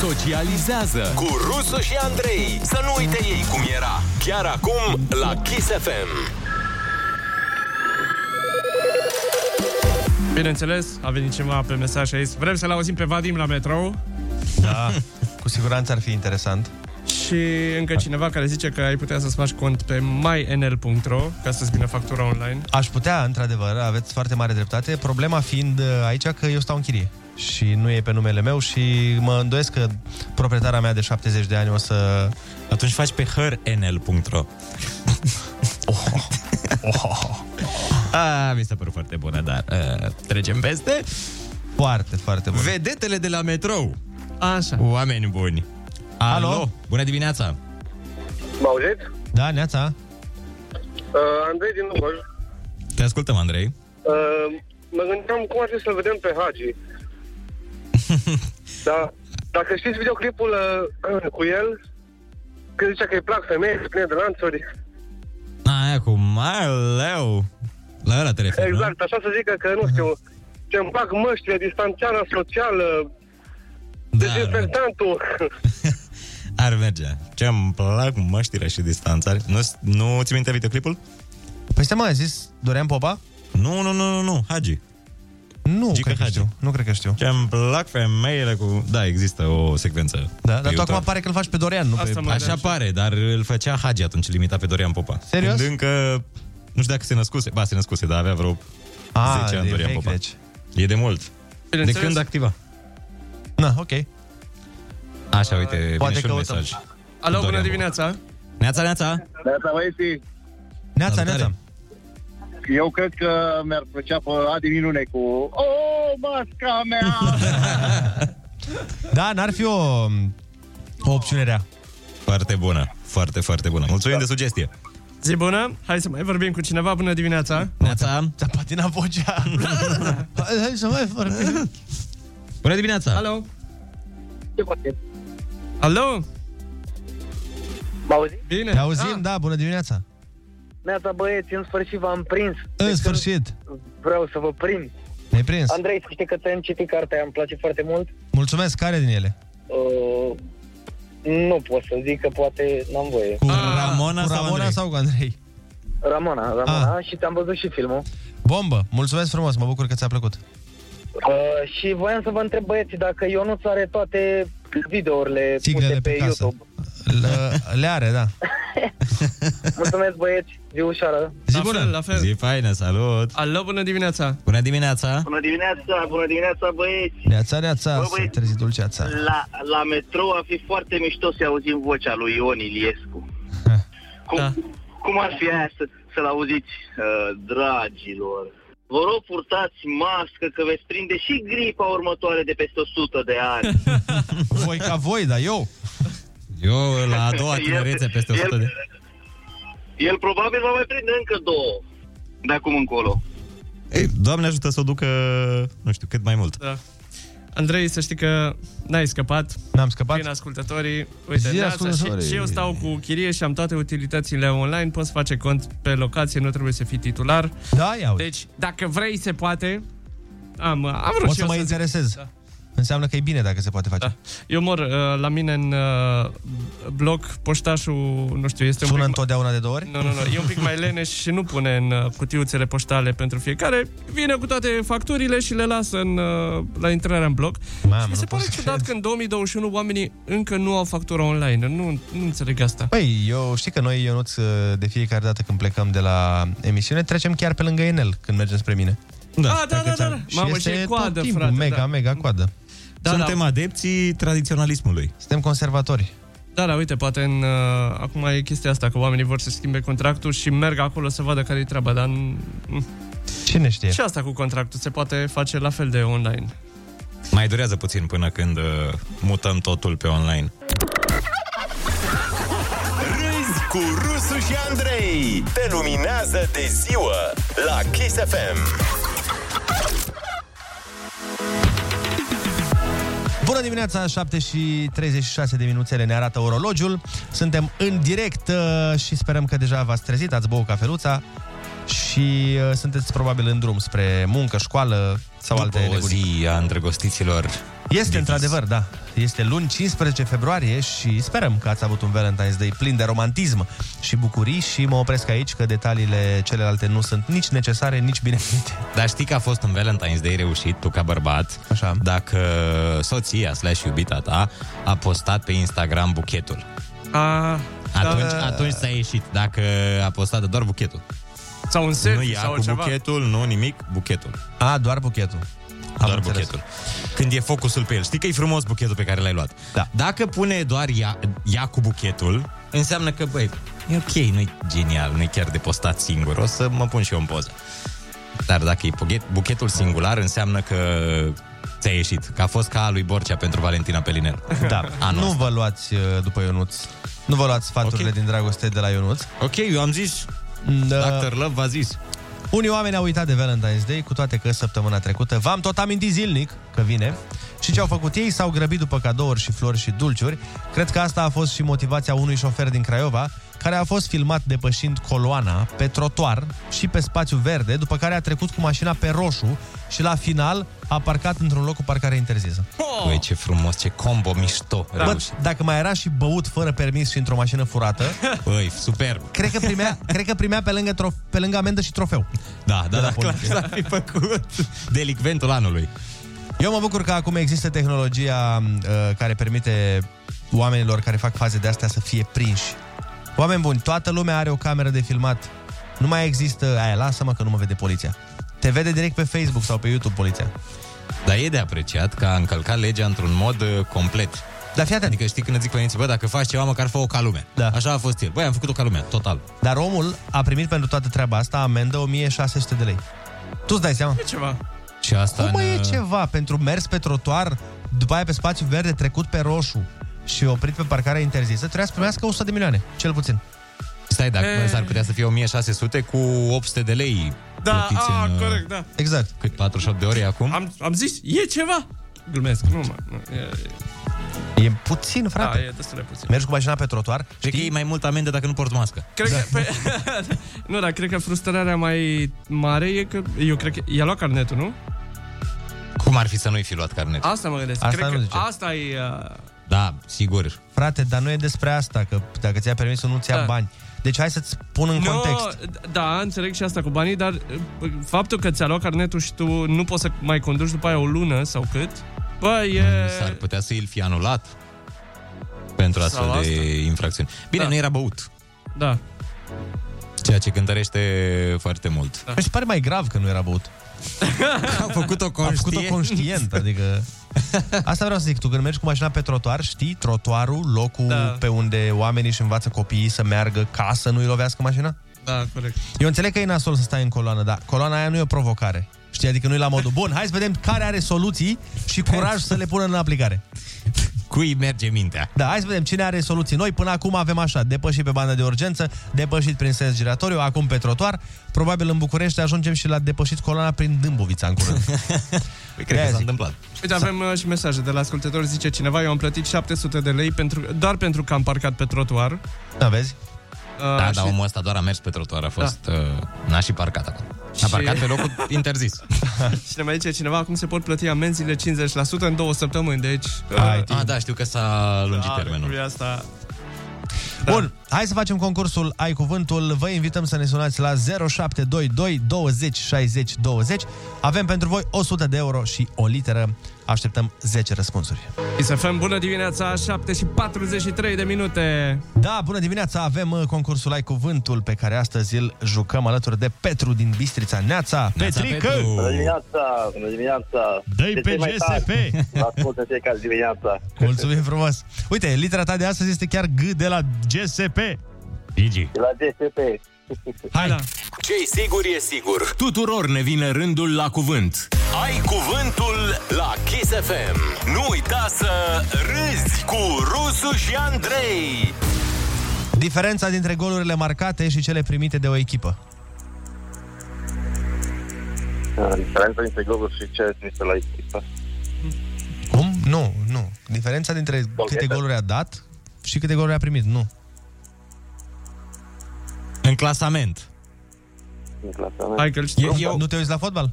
Socializează cu Rusu și Andrei. Să nu uite ei cum era. Chiar acum la Kiss FM. Bineînțeles, a venit ceva pe mesaj și a zis, vrem să-l auzim pe Vadim la metrou Da, [laughs] cu siguranță ar fi interesant și încă cineva care zice că ai putea să-ți faci cont pe mynl.ro ca să-ți vină factura online. Aș putea, într-adevăr, aveți foarte mare dreptate Problema fiind uh, aici că eu stau în chirie și nu e pe numele meu și mă îndoiesc că proprietarea mea de 70 de ani o să... Atunci faci pe hernl.ro [laughs] A, mi s-a părut foarte bună, dar uh, trecem peste. Foarte, foarte bună. Vedetele de la metrou. Așa. Oameni buni. Alo. Alo? Bună dimineața. Mă auziți? Da, neața? Uh, Andrei din Lugoj. Te ascultăm, Andrei. Uh, mă gândeam cum ar fi să vedem pe [laughs] Hagi. da. Dacă știți videoclipul uh, cu el, când zicea că îi plac femei, spune de lanțuri. A, aia cu Marleu. La ăla te referi, nu? Exact, așa să zică că, nu știu, ce îmi plac măștile, distanțarea socială, Da, dezinfectantul. ar merge. Ce îmi plac măștile și distanțare. Nu, nu ți minte videoclipul? Păi stai mă, ai zis Dorian Popa? Nu, nu, nu, nu, nu, Hagi. Nu Gică cred că Hagi. știu. Nu cred că știu. Ce îmi plac femeile cu... Da, există o secvență. Da, pe dar tu YouTube. acum pare că îl faci pe Dorian, nu pe... Asta mă- Păi, Așa pare, dar îl făcea Hagi atunci, limita pe Dorian Popa. Serios? Când încă, nu știu dacă se născuse, ba, se născuse, dar avea vreo... A, 10 ani e Dorian Ah, vechi, Popa. deci. E de mult. De Bineînțeles. când activa? Na, ok. Așa, uite, Poate vine și un căutăm. mesaj. Alo, bună Dorian dimineața. Popa. Neața, neața! Da, băieții, Neața, Salutare. neața. eu cred că mi-ar plăcea pe Adi Minune cu O, masca mea! Da, n-ar fi o, o opțiune rea. Foarte bună, foarte, foarte bună. Mulțumim Da. de sugestie. Zi bună, hai să mai vorbim cu cineva. Bună dimineața. Neața! Ți-a patinat vocea. Hai să mai vorbim. Bună dimineața! Alo. Alo. Mă auzi? Bine. Te auzim, Ah, da, bună dimineața. Neața băieți, în sfârșit v-am prins. În sfârșit, Vreau să vă prind. ne-ai prins. Andrei, să știi că te-am citit cartea, îmi place foarte mult. Mulțumesc, care din ele? Ah. Uh, nu pot să zic că poate n-am voie. Cu Ah, Ramona cu sau Andrei? sau cu Andrei? Ah. Ramona, Ramona și te-am văzut și filmul. Bombă, mulțumesc frumos, mă bucur că ți-a plăcut. Uh, și voiam să vă întreb băieții dacă Ionuț are toate videourile Siglele puse pe, pe, casă. YouTube. Le, le are, da. Mulțumesc băieți, zi ușoară. Zi La fel, bună. la fel. Zi faină, salut! Alo, bună dimineața. Bună dimineața! Bună dimineața, bună dimineața băieți. Neața, neața, Bă, să băi- trezi dulceața. La, la metrou a fi foarte mișto să auzim vocea lui Ion Iliescu. Cum, Da. cum ar fi aia să, să-l auziți, uh, dragilor? Vă rog, purtați mască că veți prinde și gripa următoare de peste 100 de ani. Voi ca voi, dar eu? Eu la a doua tinerețe peste 100 de... El probabil va mai prinde încă două de acum încolo. Ei, Doamne ajută să o ducă, nu știu, cât mai mult. Da. Andrei, să știi că n-ai scăpat. N-am scăpat? Vin ascultătorii. Uite, Zi, neața și, ascultătorii. și eu stau cu chirie și am toate utilitățile online. Poți face cont pe locație, nu trebuie să fii titular. Da, iau. Deci, dacă vrei, se poate. Am, am vrut Pot și să eu mă să... interesez. Da. Înseamnă că e bine dacă se poate face. Da. Eu mor uh, la mine în uh, bloc, poștașul, nu știu, este Sună un pic mai- întotdeauna de două ori? nu, nu, nu, e un pic mai [laughs] leneș și nu pune în uh, cutiuțele poștale pentru fiecare. Vine cu toate facturile și le lasă în, uh, la intrarea în bloc. Mamă, și mi nu se pot pare să ciudat cred. că în 2021 oamenii încă nu au factură online. Nu, nu înțeleg asta. Păi, eu știi că noi, Ionuț, ă, de fiecare dată când plecăm de la emisiune, trecem chiar pe lângă Enel când mergem spre mine. Da, da, da, da. da. Și Mamă, și este e coadă, tot timpul frate. mega, da. mega coadă. Da, Suntem da. adepții tradiționalismului. Suntem conservatori. Da, da, uite, poate în, uh, acum e chestia asta, că oamenii vor să schimbe contractul și merg acolo să vadă care e treaba, dar n- Cine știe? și asta cu contractul se poate face la fel de online. Mai durează puțin până când uh, mutăm totul pe online. Râzi cu Rusu și Andrei. Te luminează de ziua la Kiss FM. Bună dimineața, 7 și 36 de minuțele ne arată orologiul. Suntem în direct uh, și sperăm că deja v-ați trezit, ați băut cafeluța și uh, sunteți probabil în drum spre muncă, școală sau După alte o reguli. zi a îndrăgostiților. Este într-adevăr, da. Este luni 15 februarie și sperăm că ați avut un Valentine's Day plin de romantism și bucurii și mă opresc aici că detaliile celelalte nu sunt nici necesare, nici binevenite. Dar știi că a fost un Valentine's Day reușit, tu ca bărbat, Așa. dacă uh, soția slash iubita ta a postat pe Instagram buchetul. A, Atunci, da, atunci s-a ieșit, dacă a postat doar buchetul. sau un nu selfie ea sau cu ceva. buchetul, nu nimic, buchetul. A, doar buchetul. Am doar înțeles. buchetul. Când e focusul pe el. Știi că e frumos buchetul pe care l-ai luat. Da. Dacă pune doar ea, ea cu buchetul, înseamnă că, băi, e ok, nu-i genial, nu-i chiar de postat singur, o să mă pun și eu în poză. Dar dacă e buchet, buchetul singular, înseamnă că ți-a ieșit. Că a fost ca a lui Borcea pentru Valentina Pelinel. [laughs] Da. Anul nu ăsta. vă luați uh, după Ionuț. Nu vă luați sfaturile okay. din dragoste de la Ionuț. Ok, eu am zis. Da. Dr. Love v-a zis. Unii oameni au uitat de Valentine's Day, cu toate că săptămâna trecută v-am tot amintit zilnic că vine. Și ce au făcut ei? S-au grăbit după cadouri și flori și dulciuri. Cred că asta a fost și motivația unui șofer din Craiova, care a fost filmat depășind coloana pe trotuar și pe spațiu verde, după care a trecut cu mașina pe roșu și la final a parcat într-un loc cu parcare interzisă. Băi, ce frumos, ce combo mișto. Da. Bă, dacă mai era și băut fără permis și într-o mașină furată, Băi, superb. cred că [laughs] primea, cred că primea pe, lângă trof- pe lângă amendă și trofeu. Da, da, De la da, clar poliție. s-ar fi făcut delicventul anului. Eu mă bucur că acum există tehnologia uh, care permite oamenilor care fac faze de astea să fie prinși. Oameni buni, toată lumea are o cameră de filmat. Nu mai există aia, lasă-mă că nu mă vede poliția. Te vede direct pe Facebook sau pe YouTube poliția. Dar e de apreciat că a încălcat legea într-un mod uh, complet. Dar fii atent. Adică știi când îți zic părinții, bă, dacă faci ceva, măcar fă-o ca lumea. Da. Așa a fost el. Băi, am făcut-o ca lumea, total. Dar omul a primit pentru toată treaba asta amendă 1600 de lei. Tu îți dai seama? E ceva. Și asta Cum mă în, e uh, ceva pentru mers pe trotuar, după aia pe spațiu verde, trecut pe roșu și oprit pe parcarea interzisă, trebuia să primească 100 de milioane, cel puțin. Stai, dacă E. s-ar putea să fie 1600 cu 800 de lei. Da, plătiți a, în, uh, corect, da. Exact. Cât 48 de ore acum? Am, am zis, e ceva. Glumesc, nu, mă. nu, e- e- E puțin, frate. Da, e destul de puțin. Mergi cu mașina pe trotuar, Cred că e mai mult amendă dacă nu porți mască. Cred Da. că, pe, [laughs] nu, dar cred că frustrarea mai mare e că eu cred că i-a luat carnetul, nu? Cum ar fi să nu-i fi luat carnet? Asta mă gândesc. Asta cred nu că zice. asta e... Uh, Da, sigur. frate, dar nu e despre asta, că dacă ți-a permis să nu-ți ia Da. bani. Deci hai să-ți pun în nu, context. Da, înțeleg și asta cu banii, dar uh, faptul că ți-a luat carnetul și tu nu poți să mai conduci după aia o lună sau cât, bă, e... S-ar putea să îl fi anulat pentru Sau astfel de asta. infracțiuni. Bine, Da. nu era băut, Da. ceea ce cântărește foarte mult. da. Mi se pare mai grav că nu era [laughs] băut. Au făcut-o A făcut-o conștient, adică... Asta vreau să zic, tu când mergi cu mașina pe trotuar, știi trotuarul, locul Da. pe unde oamenii își învață copiii să meargă ca să nu-i lovească mașina? Da, corect. Eu înțeleg că e nasol să stai în coloană, dar coloana aia nu e o provocare. Știi, adică nu e la modul bun. Hai să vedem care are soluții și curaj să le pună în aplicare. Cui merge mintea? Da, hai să vedem cine are soluții. Noi până acum avem așa, depășit pe banda de urgență, depășit prin sens giratoriu, acum pe trotuar. Probabil în București ajungem și la depășit coloana prin Dâmbovița [laughs] în curând. Păi, cred De-aia că s-a zic. întâmplat. Uite, avem uh, și mesaje de la ascultători. Zice cineva, eu am plătit 700 de lei pentru, doar pentru că am parcat pe trotuar. Uh, da, vezi? Da, și- Da. dar omul ăsta doar a mers pe trotuar, a fost... uh, N-a și parcat acolo. A Și- parcat pe [laughs] locul interzis. Și ne mai zice cineva cum se pot plăti amenziile 50% în două săptămâni, deci... Hai, Ah, da, știu că s-a lungit termenul. termenul. asta... Da. Bun, hai să facem concursul Ai Cuvântul. Vă invităm să ne sunați la 0722 20 60 20. Avem pentru voi 100 de euro și o literă. Așteptăm 10 răspunsuri. ISFM, bună dimineața, 7 și 43 de minute. Da, bună dimineața! Avem uh, concursul Ai Cuvântul pe care astăzi îl jucăm alături de Petru din Bistrița. Neața! Neața, Petru! Bună dimineața, bună dimineața. Dă-i De pe ce mai GSP. tari? Vă ascult în fiecare dimineața. Mulțumim frumos! Uite, litera ta de astăzi este chiar G de la GSP. Gigi. De la GSP. Hai! Da. Ce-i sigur e sigur. Tuturor ne vine rândul la cuvânt. Ai cuvântul la Kiss FM. Nu uita să râzi cu Rusu și Andrei. Diferența dintre golurile marcate și cele primite de o echipă. Diferența dintre goluri și ce este la echipă. Cum? Nu, nu. Diferența dintre da. câte goluri a dat și câte goluri a primit. Nu. În clasament. În [laughs] clasament. Hai că-l știu. Eu, eu, Nu te uiți la fotbal?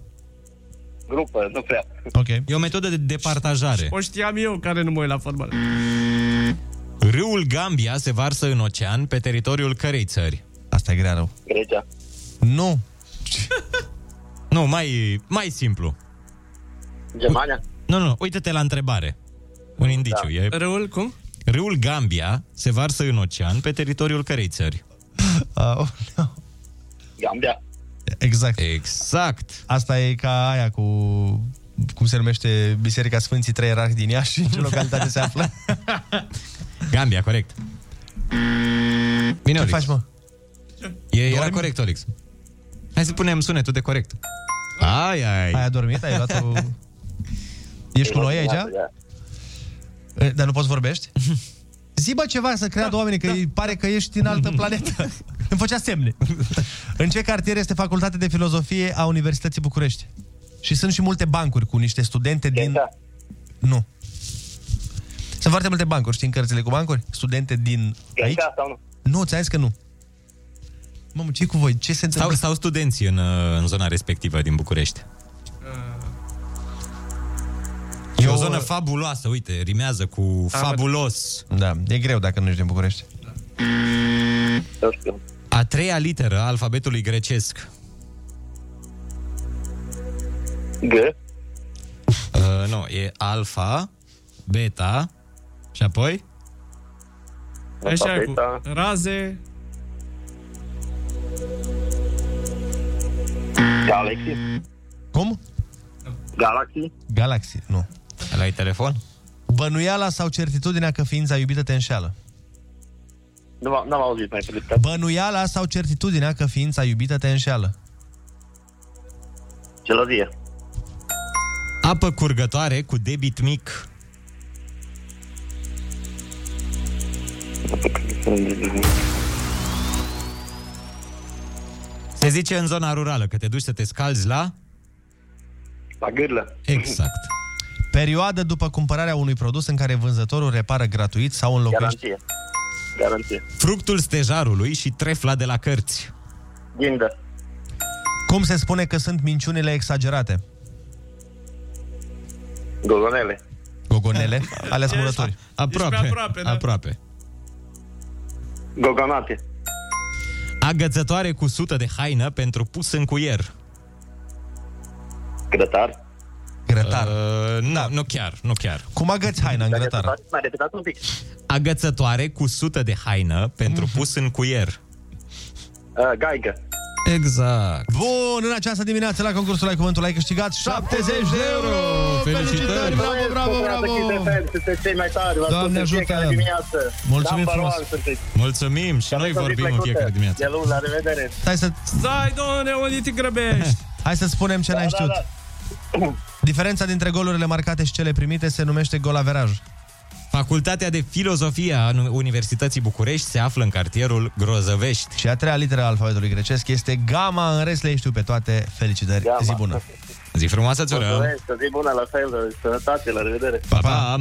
Grupă, nu prea. Ok. e o metodă de departajare. O știam eu care nu mă uit la fotbal. Râul Gambia se varsă în ocean pe teritoriul cărei țări? Asta e grea rău. Grecia. Nu. Nu, mai, mai simplu. Germania. Nu, nu, uite-te la întrebare. Un indiciu. Da. E, Răul, cum? râul Gambia se varsă în ocean pe teritoriul cărei țări? Aoleu. Gambia. Ah, oh, Exact. Exact. Asta e ca aia cu cum se numește Biserica Sfinții Trei Erarhi din Iași și în [laughs] ce localitate se află. Gambia, corect. Bine, Ce Olix. faci, mă? E, era corect, Olix. Hai să punem sunetul de corect. Ai, ai. Ai adormit? Ai luat-o... Ești cu noi aici? Eh, Dar nu poți vorbești? [laughs] Da, Zi bă ceva să creadă oamenii că îi pare că ești în [laughs] altă planetă. Îmi făcea semne. În ce cartier este Facultatea de Filozofie a Universității București? Și sunt și multe bancuri cu niște studente din... Exact. Nu. Sunt foarte multe bancuri, știi, în cărțile cu bancuri? Studente din aici? Exact, sau nu? Nu, ți-am zis că nu. Mamă, ce cu voi? Ce se Sau, întâmplă? sau studenții în, uh, în zona respectivă din București. E o zonă fabuloasă, uite, rimează cu fabulos. Da, e greu dacă nu ești din București. Mm, Nu știu. A treia literă a alfabetului grecesc. G. Uh, nu, e alfa, beta și apoi? Așa e cu raze, Galaxy. Cum? Galaxy. Galaxy, nu. La telefon? Bănuiala sau certitudinea că ființa iubită te înșeală? Nu m-am n-am auzit mai pe Bănuiala sau certitudinea că ființa iubită te înșeală? Gelozie. Apă curgătoare cu debit mic. Se zice în zona rurală că te duci să te scalzi la... La gârlă. Exact. Perioadă după cumpărarea unui produs în care vânzătorul repară gratuit sau înlocuiește... Garanție. Garanție. Fructul stejarului și trefla de la cărți. Gindă. Cum se spune că sunt minciunile exagerate? Golonele. Gogonele, alea smurători. Aproape. Ești pe aproape, da. aproape. Goganate. Agățătoare cu sută de haină pentru pus în cuier. Grătar. Grătar. Uh, nu, nu chiar, nu chiar. Cum agăți haina în grătar? Mai repetat un pic. Agățătoare cu sută de haină pentru Mhm. pus în cuier. Uh, gaigă. Exact. Bun, în această dimineață la concursul Ai Cuvântul ai câștigat 70 de euro! Felicitări! Bravo, bravo, bravo! Sunteți cei mai tari, vă Doamne ascult în fiecare ajută! dimineață. Mulțumim Number frumos! one sunteți. Mulțumim și noi Să fiți vorbim în plăcute. fiecare dimineață. De luni, la revedere. Stai să, Stai, domnule, unde te [laughs] grăbești? hai să spunem ce Da, n-ai știut. Diferența dintre golurile marcate și cele primite se numește golaveraj. Facultatea de Filozofie a Universității București se află în cartierul Grozăvești. Și a treia literă a alfabetului grecesc este gama. În rest le știu pe toate. Felicitări. Gama. Zi bună. Zi frumoasă, țură! Mulțumesc, o zi bună, la fel, sănătate, la revedere. Pa, pa!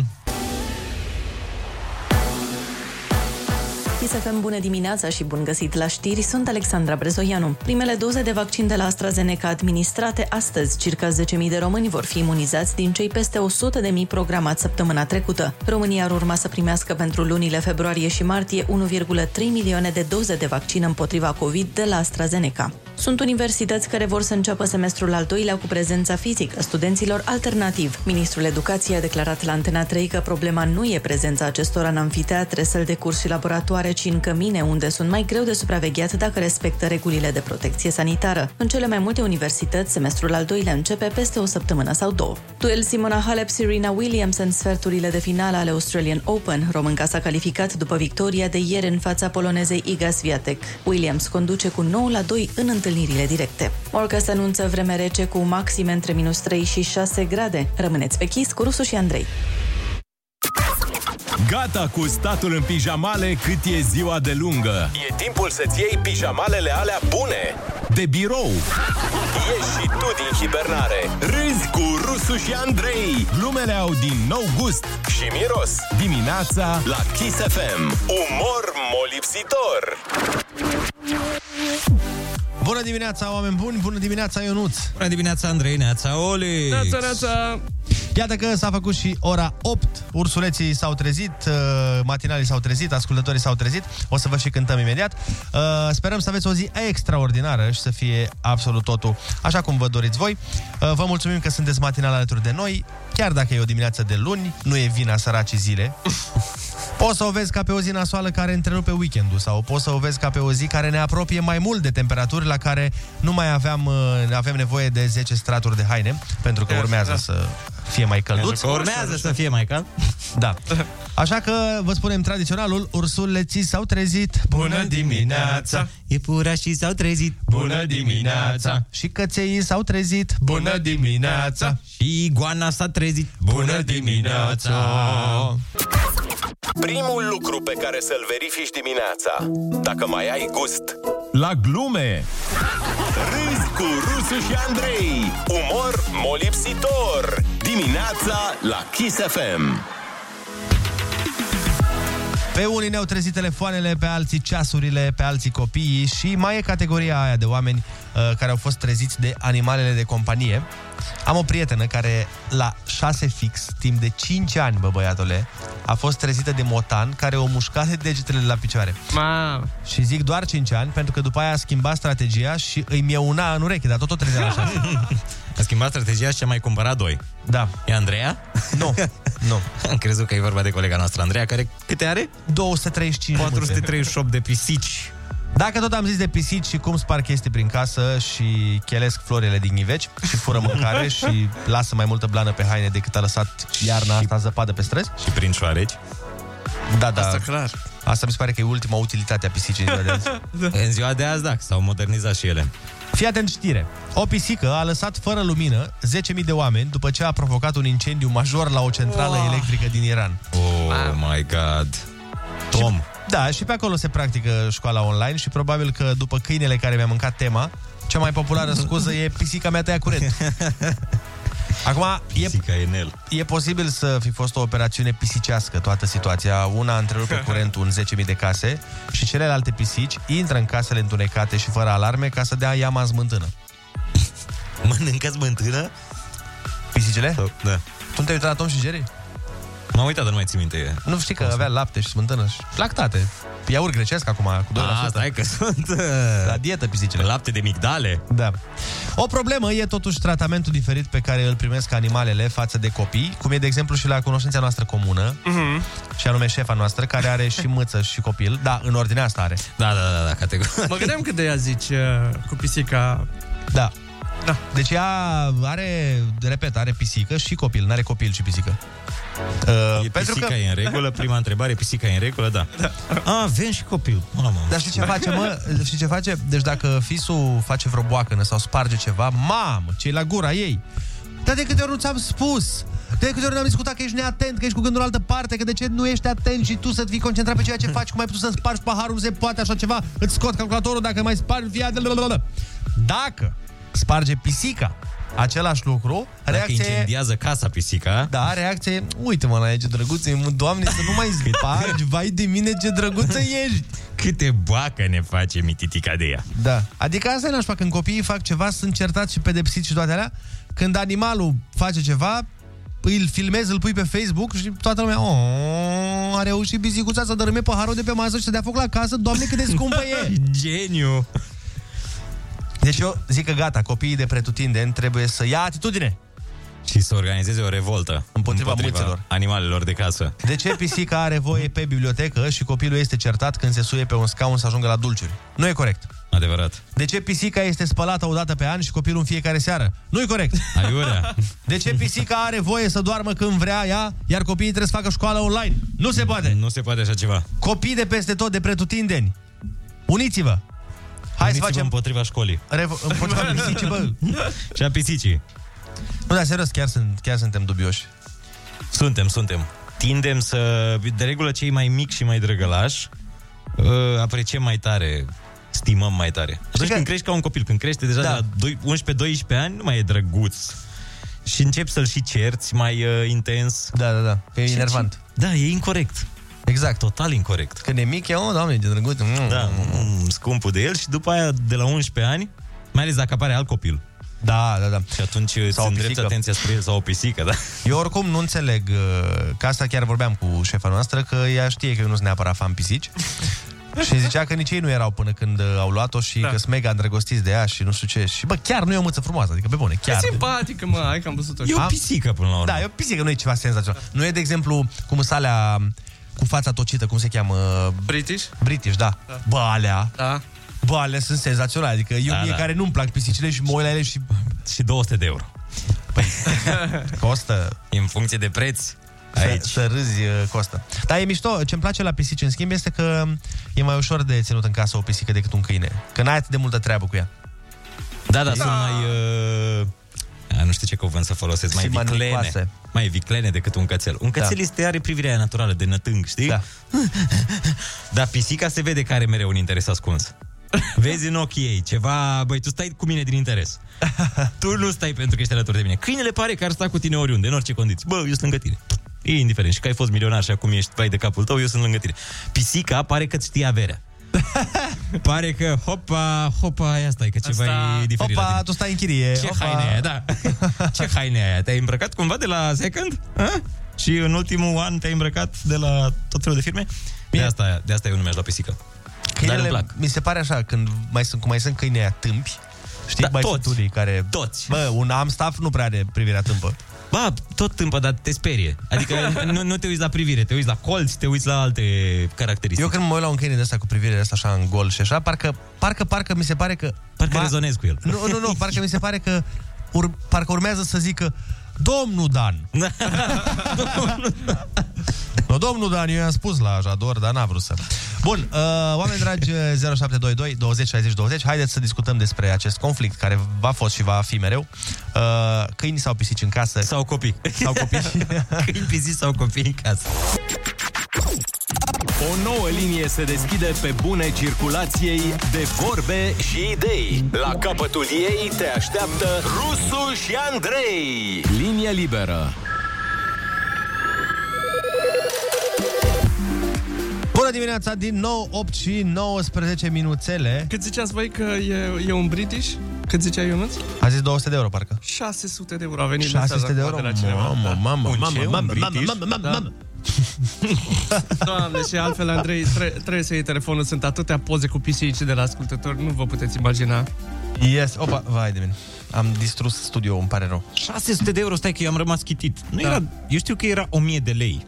ISFM, bună dimineața și bun găsit la știri, sunt Alexandra Brezoianu. Primele doze de vaccin de la AstraZeneca administrate astăzi, circa 10.000 de români vor fi imunizați din cei peste 100.000 programați săptămâna trecută. România ar urma să primească pentru lunile februarie și martie 1,3 milioane de doze de vaccin împotriva COVID de la AstraZeneca. Sunt universități care vor să înceapă semestrul al doilea cu prezența fizică a studenților alternativ. Ministrul Educației a declarat la Antena 3 că problema nu e prezența acestora în anfiteatre, săl de curs și laboratoare, ci în cămine, unde sunt mai greu de supravegheat dacă respectă regulile de protecție sanitară. În cele mai multe universități, semestrul al doilea începe peste o săptămână sau două. Duel Simona Halep Serena Williams în sferturile de finală ale Australian Open. Românca s-a calificat după victoria de ieri în fața polonezei Iga Swiatek. Williams conduce cu 9 la 2 în întâlnirile directe. Morca se anunță vreme rece cu maxime între minus 3 și 6 grade. Rămâneți pe chis cu Rusu și Andrei. Gata cu statul în pijamale cât e ziua de lungă. E timpul să-ți iei pijamalele alea bune. De birou. Ieși și tu din hibernare. Râzi cu Rusu și Andrei. Glumele au din nou gust și miros. Dimineața la Kiss FM. Umor molipsitor. Bună dimineața, oameni buni! Bună dimineața, Ionuț! Bună dimineața, Andrei, neața, Oli! Neața, neața! Iată că s-a făcut și ora 8. Ursuleții s-au trezit, uh, matinalii s-au trezit, ascultătorii s-au trezit. O să vă și cântăm imediat. Uh, Sperăm să aveți o zi extraordinară și să fie absolut totul așa cum vă doriți voi. Uh, Vă mulțumim că sunteți matinal alături de noi. Chiar dacă e o dimineață de luni, nu e vina săracii zile. Poți să o vezi ca pe o zi nasoală care întrerupe weekendul sau poți să o vezi ca pe o zi care ne apropie mai mult de temperaturi la care nu mai aveam, uh, avem nevoie de 10 straturi de Da. haine pentru că urmează să fie mai călduț. Că urmează să fie mai cald. [laughs] Da. Așa că vă spunem tradiționalul, ursuleții s-au trezit. Bună dimineața! Iepurașii s-au trezit. Bună dimineața! Și căței s-au trezit. Bună dimineața! Și iguana s-a trezit. Bună dimineața! Primul lucru pe care să-l verifici dimineața, dacă mai ai gust, la glume. Râzi cu Rusu și Andrei. Umor molipsitor. Dimineața la Kiss FM. Pe unii ne-au trezit telefoanele, pe alții ceasurile, pe alții copiii și mai e categoria aia de oameni uh, care au fost treziți de animalele de companie. Am o prietenă care la 6 fix, timp de 5 ani, bă băiatule, a fost trezită de motan care o mușcase degetele de la picioare. Ma. Și zic doar 5 ani, pentru că după aia a schimbat strategia și îi mieuna în ureche, dar tot o trezea la 6. [laughs] A schimbat strategia și a mai cumpărat doi. Da. E Andreea? [laughs] Nu, nu. Am crezut că e vorba de colega noastră, Andreea, care câte are? 235 muțe. 438 de pisici. Dacă tot am zis de pisici și cum sparg chestii prin casă și chelesc florile din ghiveci și fură [laughs] mâncare și lasă mai multă blană pe haine decât a lăsat iarna asta zăpadă pe străzi, Și prin șoareci. da, da. Asta clar. Asta mi se pare că e ultima utilitate a pisicii în ziua de azi. În ziua de azi, [laughs] da, s-au modernizat și ele. Fii atent știre. O pisică a lăsat fără lumină 10.000 de oameni după ce a provocat un incendiu major la o centrală Wow. electrică din Iran. Oh my god. Tom. Da, și pe acolo se practică școala online și probabil că după câinele care mi-a mâncat tema, cea mai populară scuză e pisica mea tăia [laughs] curent. Acum, e, Pisica e în el. e posibil să fi fost o operațiune pisicească toată situația. Una a întrerupe curentul în 10.000 de case și celelalte pisici intră în casele întunecate și fără alarme ca să dea iama [laughs] în smântână. Mănâncă-ți mântână? Pisicile? Da. Tu nu te-ai uitat la Tom și Jerry? M-am uitat, dar nu mai țin minte. Nu știi că avea lapte și smântână și lactate. Iaurt grecesc acum, cu 2%. Ah, stai că sunt... uh, La dietă pisicile. Lapte de migdale. Da. O problemă e totuși tratamentul diferit pe care îl primesc animalele față de copii, cum e de exemplu și la cunoștința noastră comună, Mhm. uh-huh. și anume șefa noastră, care are și mâță și copil, da, în ordinea asta are. Da, da, da, da, categoric. Mă gândeam cât de ea zici uh, cu pisica. Da. Da. Deci ea are, repet, are pisică și copil, n-are copil și pisică. Uh, E pisica e în regulă, prima întrebare, pisica e în regulă, da. da. A, avem și copil. Mamă. Dar știi ce face, mă? Știi ce face? Deci dacă fisul face vreo boacănă sau sparge ceva, mamă, ce la gura ei. Dar de câte ori nu ți-am spus? De câte ori ne-am discutat că ești neatent, că ești cu gândul în altă parte, că de ce nu ești atent și tu să fii concentrat pe ceea ce faci, cum ai putut să spargi paharul, nu se poate așa ceva, îți scot calculatorul dacă mai spargi, fia... Dacă sparge pisica același lucru, Dacă reacția e- incendiază casa pisica, da, reacție, uite mă la ea, ce drăguță e, mă, doamne, să nu mai spargi, vai de mine, ce drăguță ești! câte boacă ne face mititica de ea. Da. Adică asta e nașpa, când copiii fac ceva, sunt certați și pedepsiți și toate alea. Când animalul face ceva, îl filmezi, îl pui pe Facebook și toată lumea "Oh, a reușit pisicuța să dărâme paharul de pe masă și să dea foc la casă, doamne cât de scumpă e! Geniu! Deci eu zic că gata, copiii de pretutindeni trebuie să ia atitudine. Și să organizeze o revoltă Împotriva mulților. animalelor de casă. De ce pisica are voie pe bibliotecă și copilul este certat când se suie pe un scaun să ajungă la dulciuri? Nu e corect. Adevărat. De ce pisica este spălată o dată pe an și copilul în fiecare seară? Nu e corect. Aiurea. De ce pisica are voie să doarmă când vrea ea, iar copiii trebuie să facă școală online? Nu se poate! nu se poate așa ceva. Copii de peste tot, de pretutindeni, uniți-vă! Hai să Uniți-vă facem... împotriva școlii. Revo- împotriva pisicii, bă. Și a pisicii. Nu, dar serios, chiar, sunt, chiar suntem dubioși. Suntem, suntem. Tindem să, de regulă, cei mai mici și mai drăgălași uh, apreciem mai tare, stimăm mai tare. Atunci că- când crești ca un copil, când crește deja Da. da. de la 11-12 ani, nu mai e drăguț. Și începi să-l și cerți mai uh, intens. Da, da, da. Că e enervant. Da, e incorrect. Exact. Total incorrect. Când e mic, e, oh, doamne, ce drăguț. Mm. Da, mm, scumpul de el și după aia, de la 11 ani, mai ales dacă apare alt copil. da, da, da. Și atunci uh, îți Sau o îndrepti pisică. atenția spre el sau o pisică, [laughs] da? Eu oricum nu înțeleg, uh, că asta chiar vorbeam cu șefa noastră, că ea știe că eu nu sunt neapărat fan [laughs] pisici. Și zicea că nici ei nu erau până când uh, au luat-o și da. că sunt mega îndrăgostiți de ea și nu știu ce. Și bă, chiar nu e o măță frumoasă, adică pe bune, Chiar. Păi chiar. E simpatică, mă, hai că am văzut-o. E o Am- pisică până la urmă. Da, e o pisică, nu e ceva senzațional. Nu e, de exemplu, cum sunt alea cu fața tocită, cum se cheamă? British? British, da. da. Bă, alea, Da. bă, alea sunt senzaționale. Adică eu Da, da, mie da. da. care nu-mi plac pisicile și mă uit la ele și Și 200 de euro. costă. În funcție de preț. Să, să râzi, uh, Costa. Dar e mișto. Ce-mi place la pisici, în schimb, este că e mai ușor de ținut în casă o pisică decât un câine. Că n-ai atât de multă treabă cu ea. Da, da, sunt mai... Uh, a, nu știu ce cuvânt să folosesc, mai Sunt viclene. manicoase. Mai viclene decât un cățel. Un cățel Da. este, are privirea aia naturală de nătâng, știi? Da. [laughs] Dar pisica se vede că are mereu un interes ascuns. Vezi în ochii ei ceva, băi, tu stai cu mine din interes. Tu nu stai pentru că ești alături de mine. Câinele pare că ar sta cu tine oriunde, în orice condiții. Bă, eu sunt lângă tine. E indiferent și că ai fost milionar și acum ești pai de capul tău, eu sunt lângă tine. Pisica pare că-ți știe averea. Pare că, hopa, hopa, ia stai, că ceva Asta- e diferit la Hopa, tine. tu stai în chirie. Ce Hopa. haine e aia, [laughs] da. Ce haine e aia? Te-ai îmbrăcat cumva de la Second? A? Și în ultimul an te-ai îmbrăcat de la tot felul de firme? De asta, de asta eu nu mi-aș lua pisică. Dar îmi Câinele, plac. mi se pare așa, când mai sunt, cum mai sunt câini aia tâmpi, știi, da, mai toți. sunt unii care... Toți. Bă, un amstaff nu prea are privirea tâmpă. Ba, tot tâmpă, dar te sperie. Adică [laughs] nu, nu te uiți la privire, te uiți la colț, te uiți la alte caracteristici. Eu când mă uit la un câine de asta cu privirea asta așa în gol și așa, parcă, parcă, parcă mi se pare că... Parcă rezonez cu el. Nu, nu, nu, parcă mi se pare că ur, parcă urmează să zică Domnul [laughs] Dan. No, domnul Dan, eu i-am spus la Jador, dar n-a vrut să. Bun, uh, oameni [laughs] dragi, 0722 20 60 20, haideți să discutăm despre acest conflict care va fost și va fi mereu. Uh, câini sau pisici în casă? Sau copii. Sau [laughs] copii. Câini, pisici sau copii în casă. O nouă linie se deschide pe bune circulației de vorbe și idei. La capătul ei te așteaptă Rusu și Andrei. Linie liberă. Bună dimineața, din nou 8 și 19 minuțele. Cât ziceați voi că e, e un british? Cât zicea Ionuț? A zis 200 de euro, parcă. 600 de euro a venit 600 de mesaj euro? acum Mamă, mamă, Un mamă, ce? Un mamă, mamă, british? mamă, mamă, Da. mamă. [laughs] Doamne, și altfel, Andrei, tre- trebuie să iei telefonul. Sunt atâtea poze cu pisici de la ascultători, nu vă puteți imagina. Yes, opa, vai de mine. Am distrus studioul, îmi pare rău. 600 de euro, stai că eu am rămas chitit. Nu Da. era, eu știu că era 1000 de lei.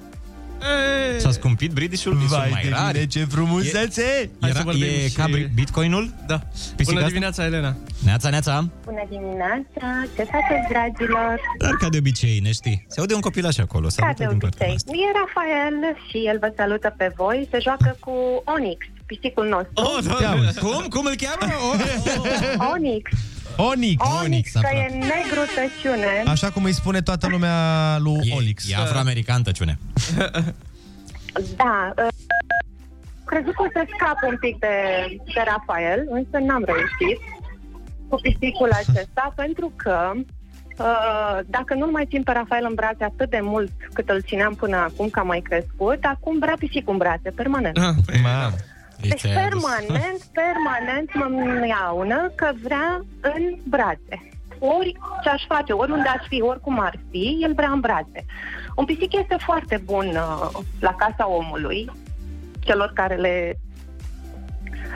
Ei, S-a scumpit Britishul, sunt mai rare. ce frumusețe! Hai să Era, vorbim e și- ca bri- bitcoinul? Da. Pisica Bună asta? dimineața, Elena. Neața, neața. Bună dimineața, ce faceți, dragilor? Dar ca de obicei, ne știi. Se aude un copil așa acolo. Ca Salută de din partea obicei. noastră. E Rafael și el vă salută pe voi. Se joacă cu Onyx, pisicul nostru. Oh, da. doamne. Cum? Cum îl cheamă? Oh, Onyx. Onic! Onyx, că aproape. e negru tăciune. da. Așa cum îi spune toată lumea lui Olix. E afroamerican, [laughs] tăciune. Da. uh, Crezut că o să scap un pic de, de Rafael, însă n-am reușit cu pisicul acesta, pentru că uh, dacă nu mai țin pe Rafael în brațe atât de mult cât îl țineam până acum, că a mai crescut, acum vrea pisicul în brațe, permanent. Ah, păi, Mamă. Deci permanent, permanent mă miaună că vrea în brațe. Ori ce aș face, oriunde aș fi, oricum ar fi, el vrea în brațe. Un pisic este foarte bun uh, la casa omului, celor care le,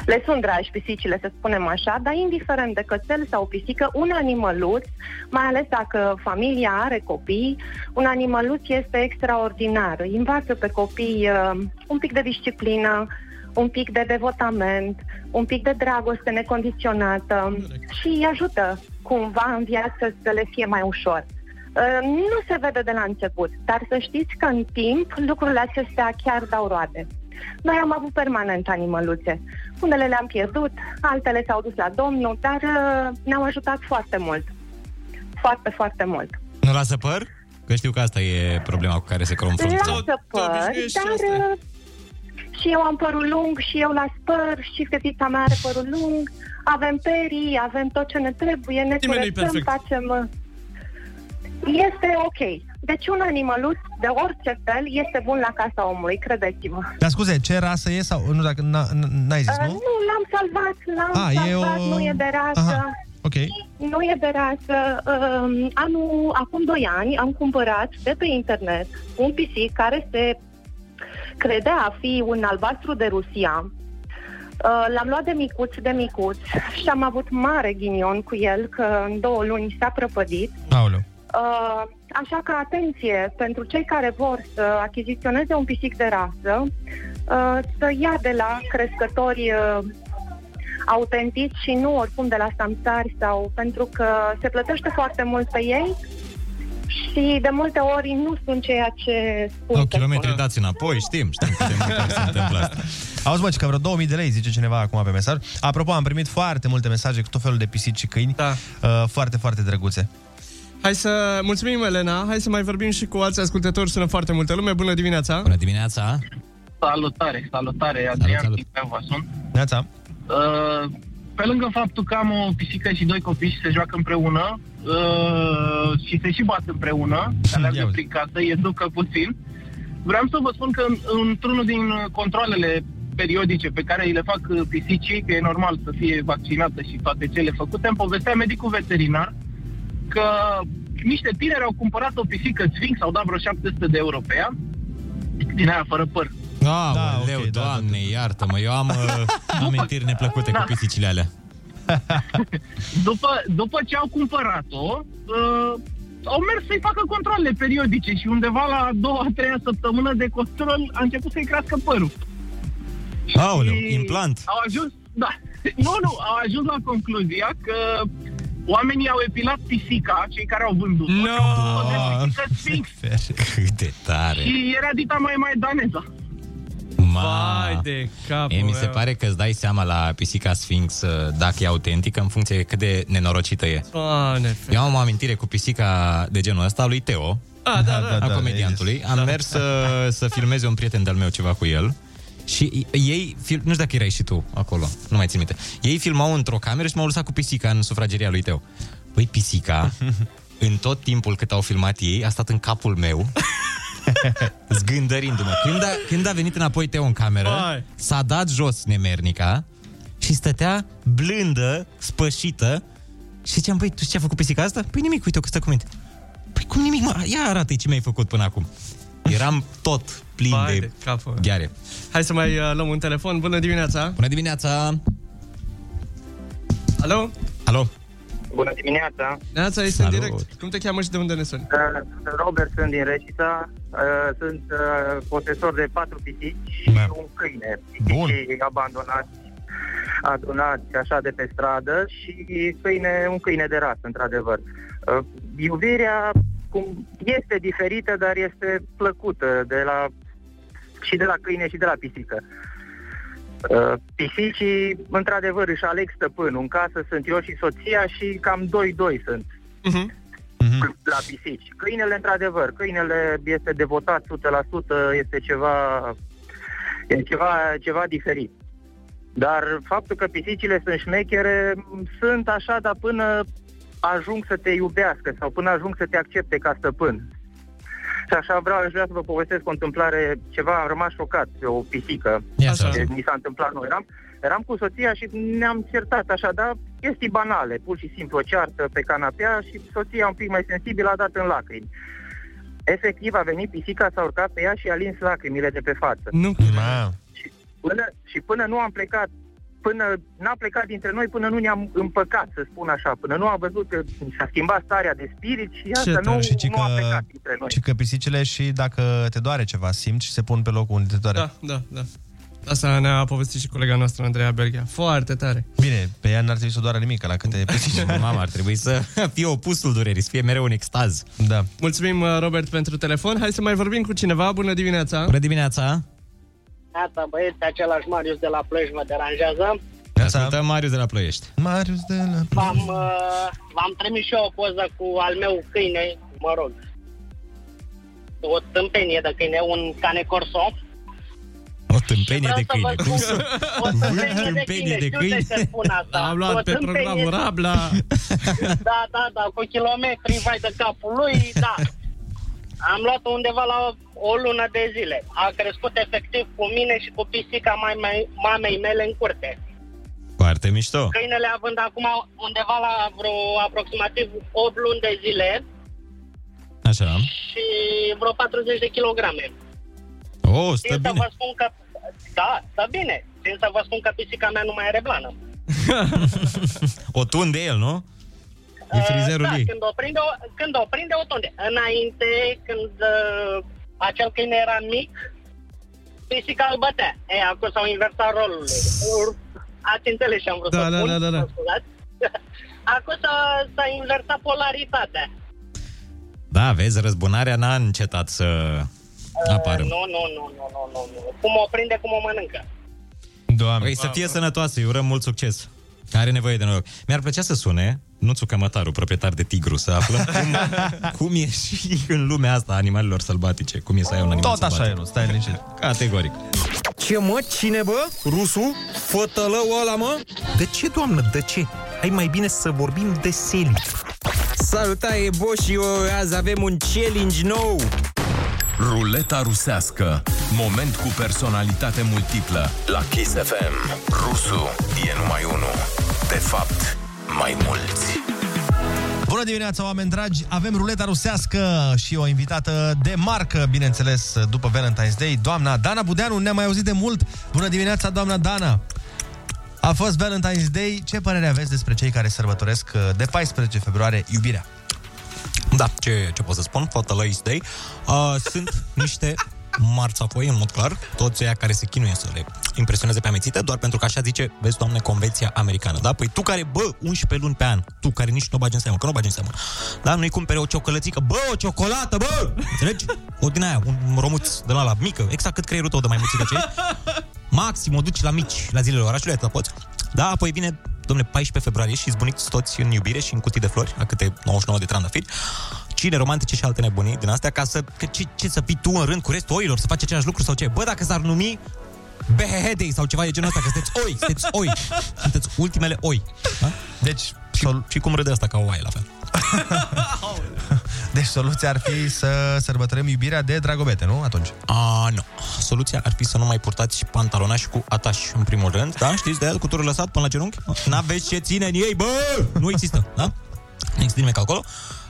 le sunt dragi pisicile, să spunem așa, dar indiferent de cățel sau pisică, un animăluț, mai ales dacă familia are copii, un animăluț este extraordinar. Îi Învață pe copii uh, un pic de disciplină, un pic de devotament, un pic de dragoste necondiționată și îi ajută cumva în viață să le fie mai ușor. Uh, Nu se vede de la început, dar să știți că în timp lucrurile acestea chiar dau roade. Noi am avut permanent animăluțe. Unele le-am pierdut, altele s-au dus la domnul, dar uh, ne-au ajutat foarte mult. Foarte, foarte mult. Nu lasă păr? Că știu că asta e problema cu care se confruntă. Lasă păr, te dar obișnuiești și asta e. uh, și eu am părul lung, și eu las păr, și fetița mea are părul lung, avem perii, avem tot ce ne trebuie, ne Nimeni nu-i curățăm, perfect. facem... uh, Este ok. Deci un animăluț de orice fel este bun la casa omului, credeți-mă. Dar scuze, ce rasă e sau... Nu, dacă n- n- n-ai zis, Uh, nu? nu, l-am salvat, l-am A, e salvat, o- nu e de rasă. Aha. Ok. Nu e de rasă. Um, anul, acum 2 ani am cumpărat de pe internet un pisic care se credea a fi un albastru de Rusia. Uh, L-am luat de micuț, de micuț și am avut mare ghinion cu el că în două luni s-a prăpădit. Aoleu. Uh, Așa că atenție, pentru cei care vor să achiziționeze un pisic de rasă, uh, să ia de la crescători uh, autentici și nu oricum de la samțari sau pentru că se plătește foarte mult pe ei și de multe ori nu sunt ceea ce spun. Au kilometri dați înapoi, știm, știm cât de mult se întâmplă asta. Auzi, mă, ci că vreo 2000 de lei, zice cineva acum pe mesaj. Apropo, am primit foarte multe mesaje cu tot felul de pisici și câini. Da. Uh, foarte, foarte drăguțe. Hai să... Mulțumim, Elena. Hai să mai vorbim și cu alți ascultători. Sună foarte multă lume. Bună dimineața! Bună dimineața! Salutare, salutare, Adrian salut, salut. vă sunt. Neața. Uh, pe lângă faptul că am o pisică și doi copii și se joacă împreună uh, și se și bat împreună, aleargă prin casă, e ducă puțin, vreau să vă spun că în- într-unul din controlele periodice pe care îi le fac uh, pisicii, că e normal să fie vaccinată și toate cele făcute, îmi povestea medicul veterinar că niște tineri au cumpărat o pisică Sphinx, au dat vreo 700 de euro pe ea, din aia fără păr. Da, da leu, okay, doamne, da, da, da. iartă-mă, eu [laughs] am uh, amintiri neplăcute da. cu pisicile alea. după, după ce au cumpărat-o, uh, au mers să-i facă controlele periodice și undeva la a doua, a treia săptămână de control a început să-i crească părul. Aoleu, Și implant. Au ajuns, da, [laughs] nu, nu, au ajuns la concluzia că oamenii au epilat pisica, cei care au vândut-o. No! Sphinx. Cât de tare. Și era dita mai mai daneza. Vai de capul e, Mi se meu. pare că îți dai seama la pisica Sphinx uh, dacă e autentică în funcție de cât de nenorocită e. Doamne, Eu am o amintire cu pisica de genul ăsta a lui Teo, Ah, da, da, a da, comediantului. Am mers să, să filmeze un prieten de-al meu ceva cu el. Și i- ei, fil- nu știu dacă erai și tu acolo, nu mai țin minte. Ei filmau într-o cameră și m-au lăsat cu pisica în sufrageria lui Teo. Păi pisica, în tot timpul cât au filmat ei, a stat în capul meu, [laughs] zgândărindu-mă. Când a, când a venit înapoi Teo în cameră, Vai. s-a dat jos nemernica și stătea blândă, spășită și ziceam, băi, tu știi ce a făcut pisica asta? Păi nimic, uite-o că stă cu minte. Păi cum nimic, mă? Ia arată ce mi-ai făcut până acum. Eram tot plin Vai de, de capul. gheare. Hai să mai uh, luăm un telefon. Bună dimineața! Bună dimineața! Alo? Alo? Bună dimineața! Neața, ești în direct. Cum te cheamă și de unde ne suni? Uh, Robert, sunt din Reșița, uh, sunt uh, posesor de patru pisici și un câine. Pisicii abandonați, adunați așa de pe stradă și câine, un câine de rasă, într-adevăr. Uh, Iubirea cum, este diferită, dar este plăcută de la, și de la câine și de la pisică. Uh, Pisicii, într-adevăr, își aleg stăpânul. În casă sunt eu și soția și cam doi-doi sunt la pisici. Câinele, într-adevăr, câinele este devotat 100%, este ceva, e ceva, ceva diferit. Dar faptul că pisicile sunt șmechere, m, sunt așa, dar până ajung să te iubească sau până ajung să te accepte ca stăpân. Și așa vreau, aș vrea să vă povestesc o întâmplare, ceva, am rămas șocat, o pisică. Așa. Deci mi s-a întâmplat, noi eram, eram cu soția și ne-am certat așa, dar chestii banale, pur și simplu o ceartă pe canapea și soția un pic mai sensibilă a dat în lacrimi. Efectiv a venit pisica, s-a urcat pe ea și a lins lacrimile de pe față. [laughs] Nu. Până, și până nu am plecat, până n-a plecat dintre noi, până nu ne-am împăcat, să spun așa, până nu a văzut că s-a schimbat starea de spirit și asta nu, și ci nu a că, plecat dintre noi. ci că pisicile și dacă te doare ceva, simți și se pun pe locul unde te doare. Da, da, da. Asta ne-a povestit și colega noastră, Andreea Berghia. Foarte tare. Bine, pe ea n-ar trebui să o doară nimic, că la câte [laughs] pisici. Mama, ar trebui să fie opusul durerii, să fie mereu un extaz. Da. Mulțumim, uh, Robert, pentru telefon. Hai să mai vorbim cu cineva. Bună dimineața! Bună dimineața! Gata, băieți, același Marius de la Plăj mă deranjează. Ascultăm Marius de la Ploiești. Marius de la... V-am, uh, v-am trimis și eu o poză cu al meu câine, mă rog, o tâmpenie de câine, un cane corso. O [laughs] tâmpenie de câine. vă Cum [laughs] spun- să... O Vând tâmpenie de tâmpenie câine, de de câine. știu de ce câine? spun asta. Am luat O pe tâmpenie- programul [laughs] Rabla. Da, da, da, cu kilometri vai de capul lui, da. Am luat-o undeva la o lună de zile. A crescut efectiv cu mine și cu pisica mai, mai, mamei mele în curte. Foarte mișto. Câinele având acum undeva la vreo aproximativ 8 luni de zile Așa. și vreo 40 de kilograme. Oh, Țin stă să bine. vă spun că... Da, stă bine. Țin să vă spun că pisica mea nu mai are blană. [laughs] O tunde el, nu? E frizerul da, ei. când o prinde, o- când o prinde, o tunde. Înainte, când uh, acel câine era mic, pisica îl bătea. E, acum s-au inversat rolurile. Ur- Ați înțeles ce am vrut Da, să da, spun? da, [laughs] da, da. Mă scuzați. acum s-a, s-a inversat polaritatea. Da, vezi, răzbunarea n-a încetat să apară. Nu, nu, nu, nu, nu, nu, nu. Cum o prinde, cum o mănâncă. Doamne. Păi să fie sănătoasă, îi urăm mult succes. Are nevoie de noroc. Mi-ar plăcea să sune Nuțu Cămătaru, proprietar de tigru, să aflăm cum, [laughs] cum e și în lumea asta a animalelor sălbatice. Cum e să ai un animal Tot așa sălbatic. e, nu, stai liniștit. Categoric. Ce mă? Cine bă? Rusu? Fătălău ăla mă? De ce, doamnă, de ce? Hai mai bine să vorbim de seli. Salutare, Bo și eu, azi avem un challenge nou. Ruleta rusească. Moment cu personalitate multiplă. La Kiss FM. Rusu e numai unul. De fapt, mai mulți. Bună dimineața, oameni dragi! Avem ruleta rusească și o invitată de marcă, bineînțeles, după Valentine's Day, doamna Dana Budeanu. Ne-am mai auzit de mult. Bună dimineața, doamna Dana! A fost Valentine's Day. Ce părere aveți despre cei care sărbătoresc uh, de 14 februarie iubirea? Da, ce, ce pot să spun? Fotolăi Day. Uh, sunt niște marțapoi, în mod clar, toți aia care se chinuie să le impresioneze pe amețite, doar pentru că așa zice, vezi, doamne, convenția americană, da? Păi tu care, bă, 11 luni pe an, tu care nici nu o bagi în seamă, că nu o bagi în seamă, da? Nu-i cumpere o ciocolățică, bă, o ciocolată, bă! Înțelegi? O din aia, un romuț de la la mică, exact cât creierul tău de mai mulțică ce ești. Maxim o duci la mici, la zilele orașului, atâta poți. Da, apoi vine domne, 14 februarie și zbuniți toți în iubire și în cutii de flori, a câte 99 de trandafiri. Cine romantice și alte nebunii din astea ca să... Că ce, ce să fii tu în rând cu restul oilor, să faci același lucru sau ce? Bă, dacă s-ar numi BHH Day sau ceva de genul ăsta, că sunteți oi, sunteți oi, sunteți ultimele oi. Da? Deci, și, și, cum râde asta ca o oaie la fel. [laughs] Deci soluția ar fi să sărbătorim iubirea de dragobete, nu? Atunci. A, nu. Soluția ar fi să nu mai purtați pantalonași cu ataș, în primul rând, da? Știți de el, cu turul lăsat până la genunchi? N-aveți ce ține în ei, bă! Nu există, da? Nu există nimic acolo.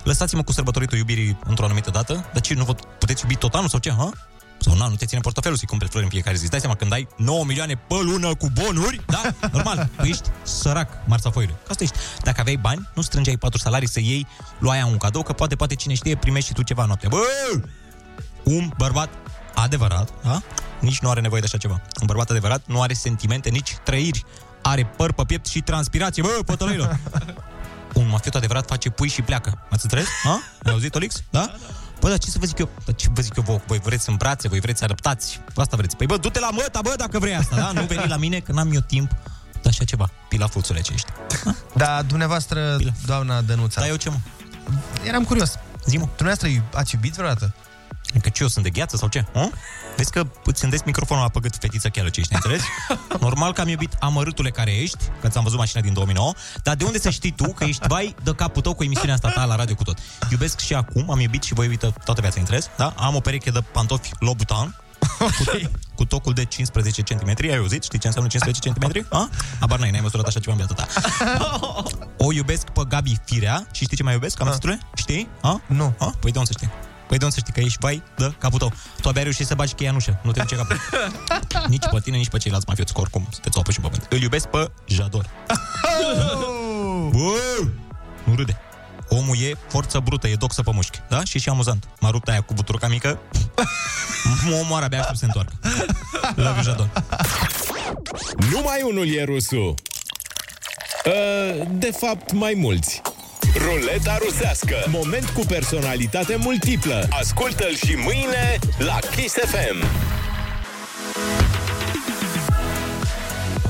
Lăsați-mă cu sărbătoritul iubirii într-o anumită dată. Dar ce, nu vă puteți iubi tot anul sau ce, ha? Sau na, nu te ține portofelul să-i cumperi flori în fiecare zi. Îți Dai seama, când ai 9 milioane pe lună cu bonuri, da? Normal, tu ești sărac, marțafoiule. Că Asta ești. Dacă aveai bani, nu strângeai patru salarii să iei, luai un cadou, că poate, poate cine știe, primești și tu ceva noapte. Bă! Un bărbat adevărat, da? Nici nu are nevoie de așa ceva. Un bărbat adevărat nu are sentimente, nici trăiri. Are păr pe piept și transpirație. Bă, [laughs] pătălăilor! un mafiot adevărat face pui și pleacă. Ați [laughs] înțeles? Ha? Ai auzit, Olix? Da? Bă, dar ce să vă zic eu? Dar ce vă zic eu vouă? Voi vreți în brațe, voi vreți adaptați. Asta vreți. Păi bă, du-te la măta, bă, dacă vrei asta, da? Nu veni la mine, că n-am eu timp de așa ceva. Pilafulțule ce ești. Da, dumneavoastră, doamna Dănuța. Da, eu ce mă? Eram curios. Zi mă. Dumneavoastră iu- ați iubit vreodată? Că ce, eu sunt de gheață sau ce? Hă? Vezi că îți îndeți microfonul la păgât fetița chiar ce ești, înțelegi? Normal că am iubit amărâtule care ești, că ți-am văzut mașina din 2009, dar de unde să știi tu că ești vai de capul tău cu emisiunea asta ta la radio cu tot? Iubesc și acum, am iubit și voi iubită toată viața, înțelegi? Da? Am o pereche de pantofi Lobutan, cu, cu tocul de 15 cm, ai auzit? Știi ce înseamnă 15 cm? A? Abar n-ai, n-ai măsurat așa ceva în viața ta. O iubesc pe Gabi Firea și știi ce mai iubesc? Am zis, Știi? A? Nu. A? Păi de unde să știi? Păi de unde să știi că ești vai de capul tău? Tu abia ai reușit să bagi cheia în ușă, nu te duce [laughs] capul. Nici pe tine, nici pe ceilalți mafioți, că oricum sunteți opă și pe pământ. Îl iubesc pe Uh. Jador. Bă! Nu râde. Omul e forță brută, e doxă pe mușchi, da? Și e și amuzant. M-a rupt aia cu buturuca [laughs] mică. Mă omoară, abia aștept să se întoarcă. La Jador. Numai unul e rusul. Uh, De fapt, mai mulți. Ruleta rusească. Moment cu personalitate multiplă. Ascultă-l și mâine la Kiss FM.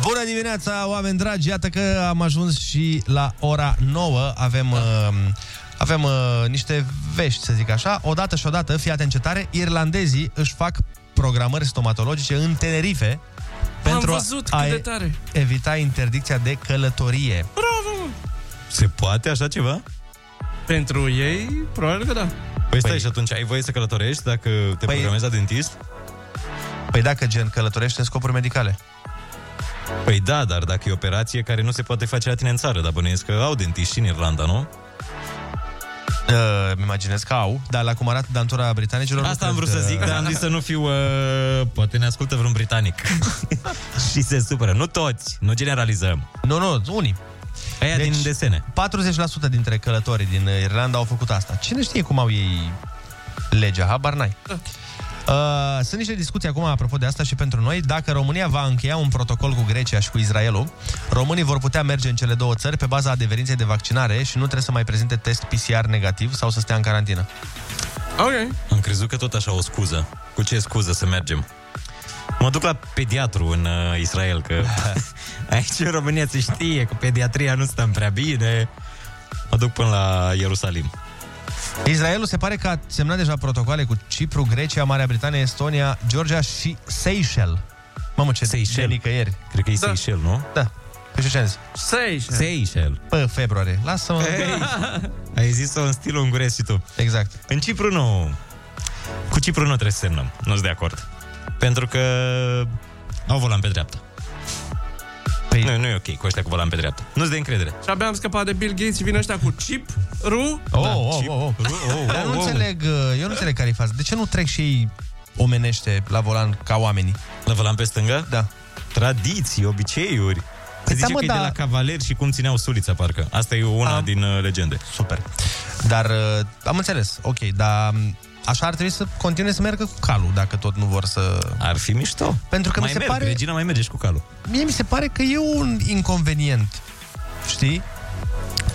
Bună dimineața, oameni dragi! Iată că am ajuns și la ora 9. Avem, Da. uh, avem uh, niște vești, să zic așa. Odată și odată, fii atent ce tare, irlandezii își fac programări stomatologice în Tenerife pentru văzut cât a de tare. evita interdicția de călătorie. Bravo! Se poate așa ceva? Pentru ei, probabil că da. Păi stai și atunci, ai voie să călătorești dacă te Păi- programezi la dentist? Păi dacă gen călătorește în scopuri medicale. Păi da, dar dacă e operație care nu se poate face la tine în țară, dar bănuiesc că au dentiști și în Irlanda, nu? Uh, imaginez că au, dar la cum arată dantura britanicilor... nu Asta am cred vrut să că- zic, dar am zis să nu fiu... Uh, poate ne ascultă vreun [laughs] britanic. și se supără. Nu toți, nu generalizăm. Nu, nu, unii. Aia deci, din desene. 40% dintre Ah. călătorii din uh, Irlanda au făcut asta. Cine știe cum au ei legea? Habar n-ai. Uh, sunt niște discuții acum apropo de asta și pentru noi. Dacă România va încheia un protocol cu Grecia și cu Israelul, românii vor putea merge în cele două țări pe baza adeverinței de vaccinare și nu trebuie să mai prezinte test PCR negativ sau să stea în carantină. Ok. Am crezut că tot așa o scuză. Cu ce scuză să mergem? Mă duc la pediatru în uh, Israel, [laughs] că aici în România se știe că pediatria nu stăm prea bine. Mă duc până la Ierusalim. Israelul se pare că a semnat deja protocoale cu Cipru, Grecia, Marea Britanie, Estonia, Georgia și Seychelles. Mamă, ce Seychelles. nicăieri. Cred că e da. Seychelles, nu? Da. Pe ce zis? Seychelles. Seychelles. Pă, februarie. Lasă-mă. [laughs] Ai zis-o în stilul unguresc și tu. Exact. În Cipru nu. Cu Cipru nu trebuie să semnăm. nu sunt de acord. Pentru că au volan pe dreapta. Păi... Nu, nu e ok cu ăștia cu volan pe dreapta. Nu-ți de încredere. Și abia am scăpat de Bill Gates și vin ăștia cu chip, ru... Oh, da, oh, oh, oh. Dar nu înțeleg, uh, eu nu înțeleg care e faza. De ce nu trec și ei omenește la volan ca oamenii? La volan pe stângă? Da. Tradiții, obiceiuri. Se Păi da, zice mă, că e da. de la cavaleri și cum țineau sulița, parcă. Asta e una Am- din uh, legende. Super. Dar uh, am înțeles, ok, dar um, așa ar trebui să continue să meargă cu calul, dacă tot nu vor să... Ar fi mișto. Pentru că mai mi se merg, pare- Regina, mai merge și cu calul. Mie mi se pare că e un inconvenient, știi?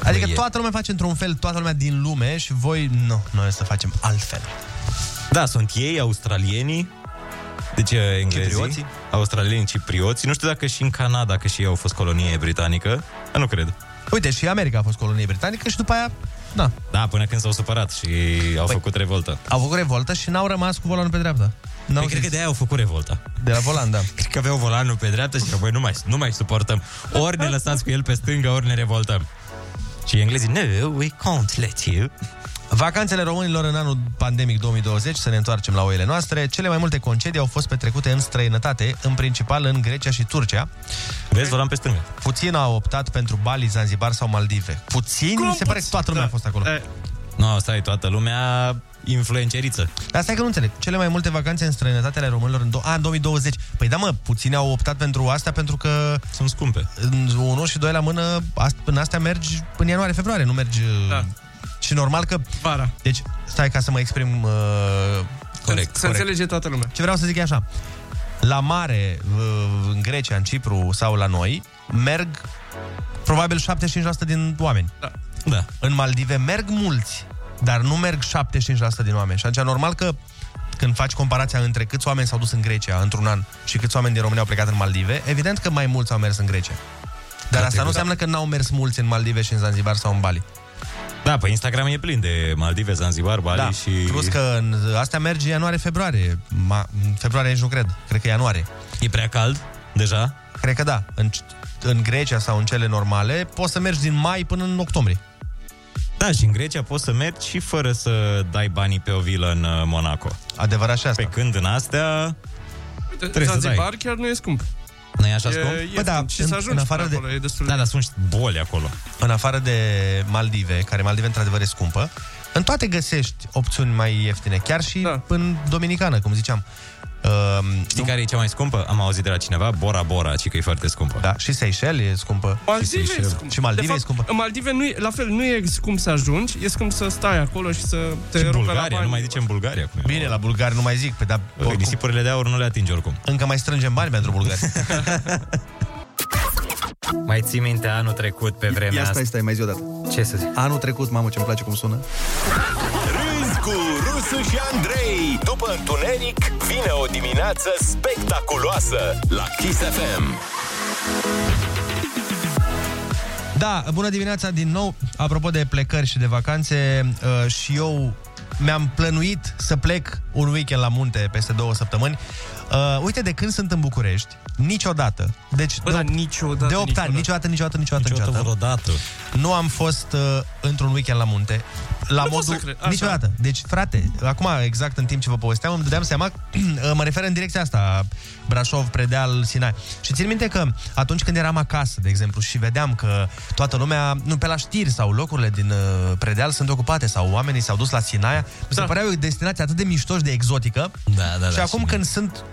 Adică Păi toată lumea face într-un fel, toată lumea din lume și voi, nu, noi o să facem altfel. Da, sunt ei, australienii, deci uh, englezii, Ciprioții. australienii, ciprioții. Nu știu dacă și în Canada, că și ei au fost colonie britanică. Dar nu cred. Uite, și America a fost colonie britanică și după aia, da, Da, până când s-au supărat și au Păi- făcut revoltă. au făcut revoltă și n-au rămas cu volanul pe dreapta. Nu, N-au cred că de aia au făcut revolta. De la volan, da. Cred că aveau volanul pe dreapta și că, băi, nu mai, nu mai suportăm. Ori ne lăsați cu el pe stânga, ori ne revoltăm. Și englezii, no, we can't let you. Vacanțele românilor în anul pandemic 2020, să ne întoarcem la oile noastre, cele mai multe concedii au fost petrecute în străinătate, în principal în Grecia și Turcia. Vezi, volan pe stânga. Puțin au optat pentru Bali, Zanzibar sau Maldive. Puțin? Mi se pare că toată lumea da. a fost acolo. Nu, no, stai, toată lumea influenceriță. Dar stai că nu înțeleg. Cele mai multe vacanțe în străinătate ale românilor în, do- a, în 2020. Păi da, mă, puțini au optat pentru asta pentru că... Sunt scumpe. În unul și doi la mână, ast- în astea mergi în ianuarie-februarie, nu mergi... Da. Și normal că... Vara. Deci, stai ca să mă exprim... Uh, corect. Să înțelege toată lumea. Ce vreau să zic e așa. La mare, uh, în Grecia, în Cipru sau la noi, merg probabil 75% din oameni. Da. da. În Maldive merg mulți, dar nu merg 75% din oameni. Și atunci, normal că când faci comparația între câți oameni s-au dus în Grecia într-un an și câți oameni din România au plecat în Maldive, evident că mai mulți au mers în Grecia. Dar asta nu înseamnă că n-au mers mulți în Maldive și în Zanzibar sau în Bali. Da, pe Instagram e plin de Maldive, Zanzibar, Bali da. și... Plus că în, astea merge ianuarie-februarie. Ma, februarie nici nu cred. Cred că ianuarie. E prea cald deja? Cred că da. În, în Grecia sau în cele normale poți să mergi din mai până în octombrie. Da, și în Grecia poți să mergi și fără să dai banii pe o vilă în uh, Monaco. Adevărat și asta. Pe când în astea... Uite, Trebuie să Zanzibar chiar nu e scump. Nu e așa E- scump? e Păi Bă, da, scump. Și în- să ajungi în afară până de- acolo e destul de- Da, dar sunt și boli acolo. În afară de Maldive, care Maldive într-adevăr e scumpă, în toate găsești opțiuni mai ieftine. Chiar și da. în Dominicană, cum ziceam. Um, Știi care e cea mai scumpă? Am auzit de la cineva, Bora Bora, ci că e foarte scumpă. Da, și Seychelles e scumpă. Maldive e scump. Și Maldive De fapt, e scumpă. În Maldive, nu e, la fel, nu e scump să ajungi, e scump să stai acolo și să te Și rupă la Bulgaria, bani. nu mai zicem Bulgaria acum. Bine, la bulgari nu mai zic, pe da... Oricum. Nisipurile de aur nu le atingi oricum. Încă mai strângem bani pentru bulgari. [laughs] Mai ții minte anul trecut pe vremea Ia stai, stai, mai zi o dată. Ce să zic? Anul trecut, mamă, ce-mi place cum sună. Râzi cu Rusu și Andrei După întuneric vine o dimineață spectaculoasă La Kiss FM Da, bună dimineața din nou. Apropo de plecări și de vacanțe, uh, și eu mi-am plănuit să plec un weekend la munte peste două săptămâni. Uh, uite, de când sunt în București, niciodată. Deci, Bă, de, da, niciodată, de 8 ani, niciodată, niciodată, niciodată, niciodată, vreodată. Nu am fost uh, într-un weekend la munte. La Nu pot să modul... cred, așa. Niciodată. Deci, frate, acum, exact în timp ce vă povesteam, îmi dădeam seama, [clears throat] uh, mă refer în direcția asta, Brașov, Predeal, Sinai. Și țin minte că atunci când eram acasă, de exemplu, și vedeam că toată lumea, nu, pe la știri sau locurile din uh, Predeal sunt ocupate sau oamenii s-au dus la Sinaia, mi se părea o destinație atât de mișto și de exotică. Da, da, da, și acum Sinai. când sunt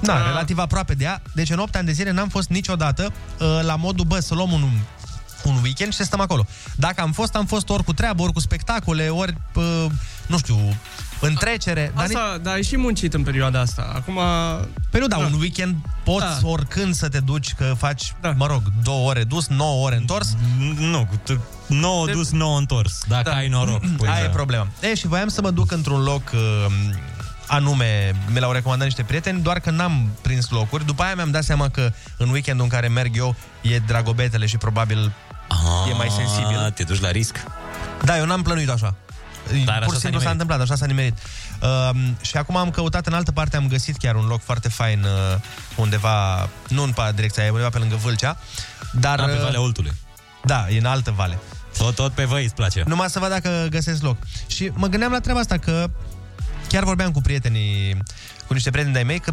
Na, Da. relativ aproape de ea. Deci în 8 ani de zile n-am fost niciodată uh, la modul, bă, să luăm un, un weekend și să stăm acolo. Dacă am fost, am fost ori cu treabă, ori cu spectacole, ori uh, nu știu, în trecere. Asta, dar ai și muncit în perioada asta. Acum... Păi nu, da, un weekend poți da. oricând să te duci, că faci, da. mă rog, două ore dus, nouă ore întors. Nu, 9 dus, 9 întors, dacă da. ai noroc. Păi Aia e problema. E, și voiam să mă duc într-un loc uh, anume, mi l-au recomandat niște prieteni, doar că n-am prins locuri. După aia mi-am dat seama că în weekendul în care merg eu e Dragobetele și probabil Ah, e mai sensibil. Te duci la risc. Da, eu n-am plănuit așa. Dar Dar așa Pur s-a și simplu nimerit. s-a întâmplat, așa s-a nimerit. Uh, și acum am căutat în altă parte, am găsit chiar un loc foarte fain uh, undeva, nu în pa- direcția aia, undeva pe lângă Vâlcea. Dar, Da, pe uh, Valea Oltului. Da, e în altă vale. Tot, tot pe voi îți place. Numai să văd dacă găsesc loc. Și mă gândeam la treaba asta că chiar vorbeam cu prietenii, cu niște prieteni de-ai mei, că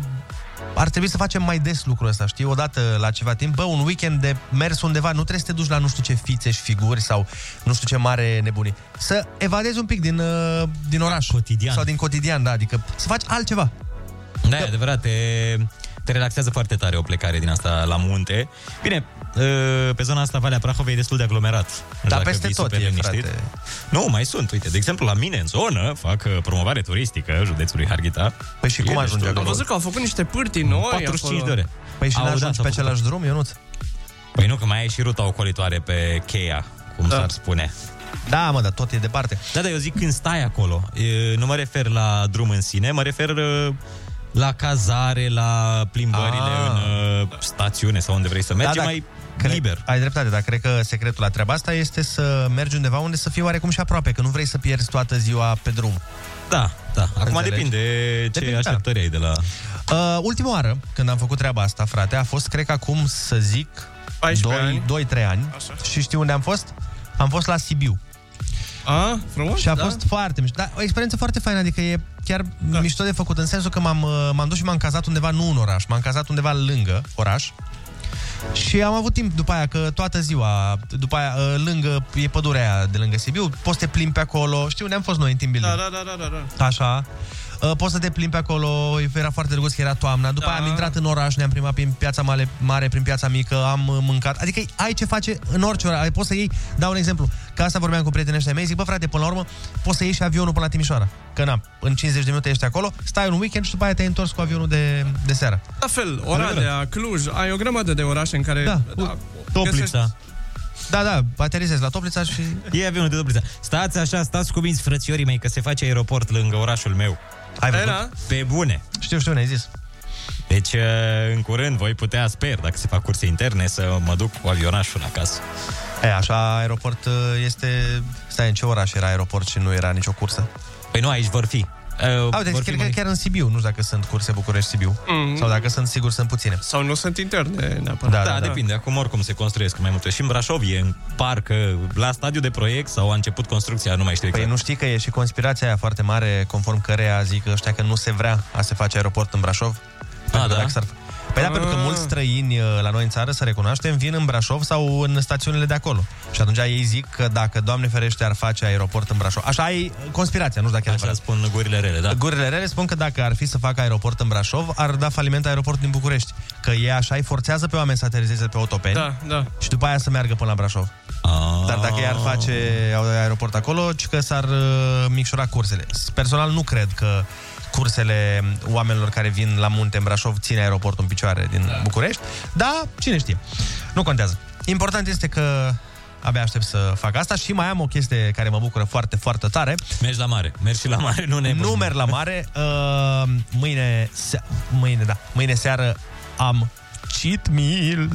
ar trebui să facem mai des lucrul ăsta, știi? Odată la ceva timp, bă, un weekend de mers undeva, nu trebuie să te duci la nu știu ce fițe și figuri sau nu știu ce mare nebunii. Să evadezi un pic din, uh, din oraș. Cotidian. Sau din cotidian, da, adică să faci altceva. Da, e adevărat, te, te relaxează foarte tare o plecare din asta la munte. Bine, uh, pe zona asta, Valea Prahovei, e destul de aglomerat. Nu știu Dar dacă Da, peste vii tot super e, liniștit. frate. Nu, mai sunt. Uite, de exemplu, la mine, în zonă, fac uh, promovare turistică județului Harghita. Păi și Am Am văzut că au făcut niște pârtii noi 45 acolo. de ore. Păi Au, da, s-a făcut. drum, Ionuț? Păi nu, că mai e și ruta ocolitoare pe cheia, cum da. s-ar spune. Da, mă, dar tot e departe. Da, da, eu zic când stai acolo. E, Nu mă refer la drum în sine, mă refer e, la cazare, la plimbările Ah. în uh, e, stațiune sau unde vrei să mergi, da, da. mai cred, liber. Ai dreptate, dar cred că secretul la treaba asta este să mergi undeva unde să fii oarecum și aproape, că nu vrei să pierzi toată ziua pe drum. Da, da. Acum Înțelegi? depinde ce Depinde, depinde, da. așteptări ai de la... Uh, ultima oară când am făcut treaba asta, frate, a fost, cred că acum, să zic, 2-3 ani, 2, ani. și știu unde am fost? Am fost la Sibiu. A, frumos, și a da. fost foarte mișto. Da, o experiență foarte faină, adică e chiar da. mișto de făcut, în sensul că m-am, uh, m-am dus și m-am cazat undeva, nu în oraș, m-am cazat undeva lângă oraș. Și am avut timp după aia, că toată ziua, după aia, uh, lângă, e pădurea aia de lângă Sibiu, poți să te plimbi pe acolo, știu unde am fost noi în team building. Da, da, da, da, da, da. Așa. Uh, Poți să te plimbi pe acolo, era foarte drăguț că era toamna. După da. aia am intrat în oraș, ne-am primat prin piața mare, mare, prin piața mică, am uh, mâncat. Adică ai ce face în orice oraș. Adică Poți să iei, dau un exemplu, că asta vorbeam cu prietenii ăștia mei, zic, bă frate, până la urmă, poți să iei și avionul până la Timișoara. Că na, în 50 de minute ești acolo, stai un weekend și după aia te-ai întors cu avionul de, de seară. La fel, da. Oradea, Cluj, ai o grămadă de orașe în care... Da, da Toplița. Da, da, aterizezi la Toplița și... E avionul de Toplița. Stați așa, stați cu minți, frățiorii mei, că se face aeroport lângă orașul meu. Ai văzut? Era? Pe bune. da. Știu, știu, ne-ai zis. Deci, uh, în curând, voi putea, sper, dacă se fac curse interne, să mă duc cu avionașul acasă. E, așa, aeroport uh, este... Stai, în ce oraș era aeroport și nu era nicio cursă? Păi nu, aici vor fi. Uh, A, deci cred că chiar în Sibiu, nu știu dacă sunt curse București-Sibiu. Mm. Mm. Sau dacă sunt, sigur, sunt puține. Sau nu sunt interne, neapărat. Da, da, da, depinde. Acum oricum se construiesc mai multe. Și în Brașov e în parc, la stadiu de proiect sau a început construcția, nu mai știu exact. Păi nu știi că e și conspirația aia foarte mare, conform căreia zic ăștia că nu se vrea a se face aeroport în Brașov? A, da? Dacă s-ar... Păi da, Ah. pentru că mulți străini uh, la noi în țară, să recunoaștem, vin în Brașov sau în stațiunile de acolo. Și atunci ei zic că dacă, Doamne ferește, ar face aeroport în Brașov. Așa e conspirația, nu știu dacă e Așa adevărat. spun gurile rele, da. Gurile rele spun că dacă ar fi să facă aeroport în Brașov, ar da faliment aeroportul din București. Că ei așa îi forțează pe oameni să aterizeze pe autopeni Da, da. și după aia să meargă până la Brașov. Ah. Dar dacă i-ar face aeroport acolo, ci că s-ar uh, micșora cursele. Personal nu cred că cursele oamenilor care vin la munte în Brașov ține aeroportul în picioare din da. București, dar cine știe. Nu contează. Important este că abia aștept să fac asta și mai am o chestie care mă bucură foarte, foarte tare. Mergi la mare, mergi și la mare, nu ne Nu merg la mare. Uh, mâine, se- mâine, da, mâine seară am cheat meal.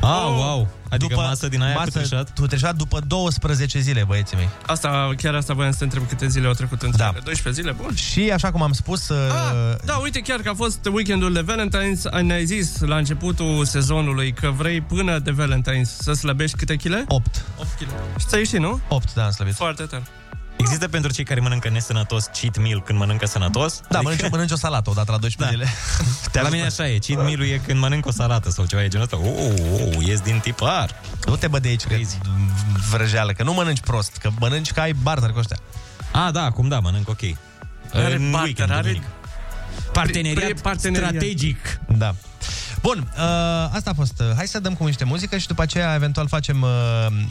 Oh, Ah, wow. Adică masă din aia cu putreșat? putreșat după 12 zile, băieții mei. Asta, chiar asta voiam să te întreb câte zile au trecut între da. 12 zile, bun. Și așa cum am spus, uh, Ah, Da, uite chiar că a fost weekendul de Valentine's, ai- ne-ai zis la începutul sezonului că vrei până de Valentine's să slăbești câte chile? 8. 8 kg. Și ți-ai ieșit, nu? 8, da, am slăbit. Foarte tare. Există pentru cei care mănâncă nesănătos cheat meal când mănâncă sănătos? Adică- Da. Da, mănânci- mănânci o salată odată la [laughs] 12 zile. Te la mine așa e, cheat meal e când mănânc o salată sau ceva de genul ăsta. Oh, oh, oh, ies din tipar. Nu te bă de aici, Crazy. vrăjeală, că nu mănânci prost, că mănânci că ai barter cu ăștia. Ah, da, acum da, mănânc ok. Are În barter, weekend, are duminică. Parteneriat, Pre- Păi, parteneriat parteneriat. strategic. Da. Bun, uh, asta a fost. Hai să dăm cu niște muzică și după aceea eventual facem uh,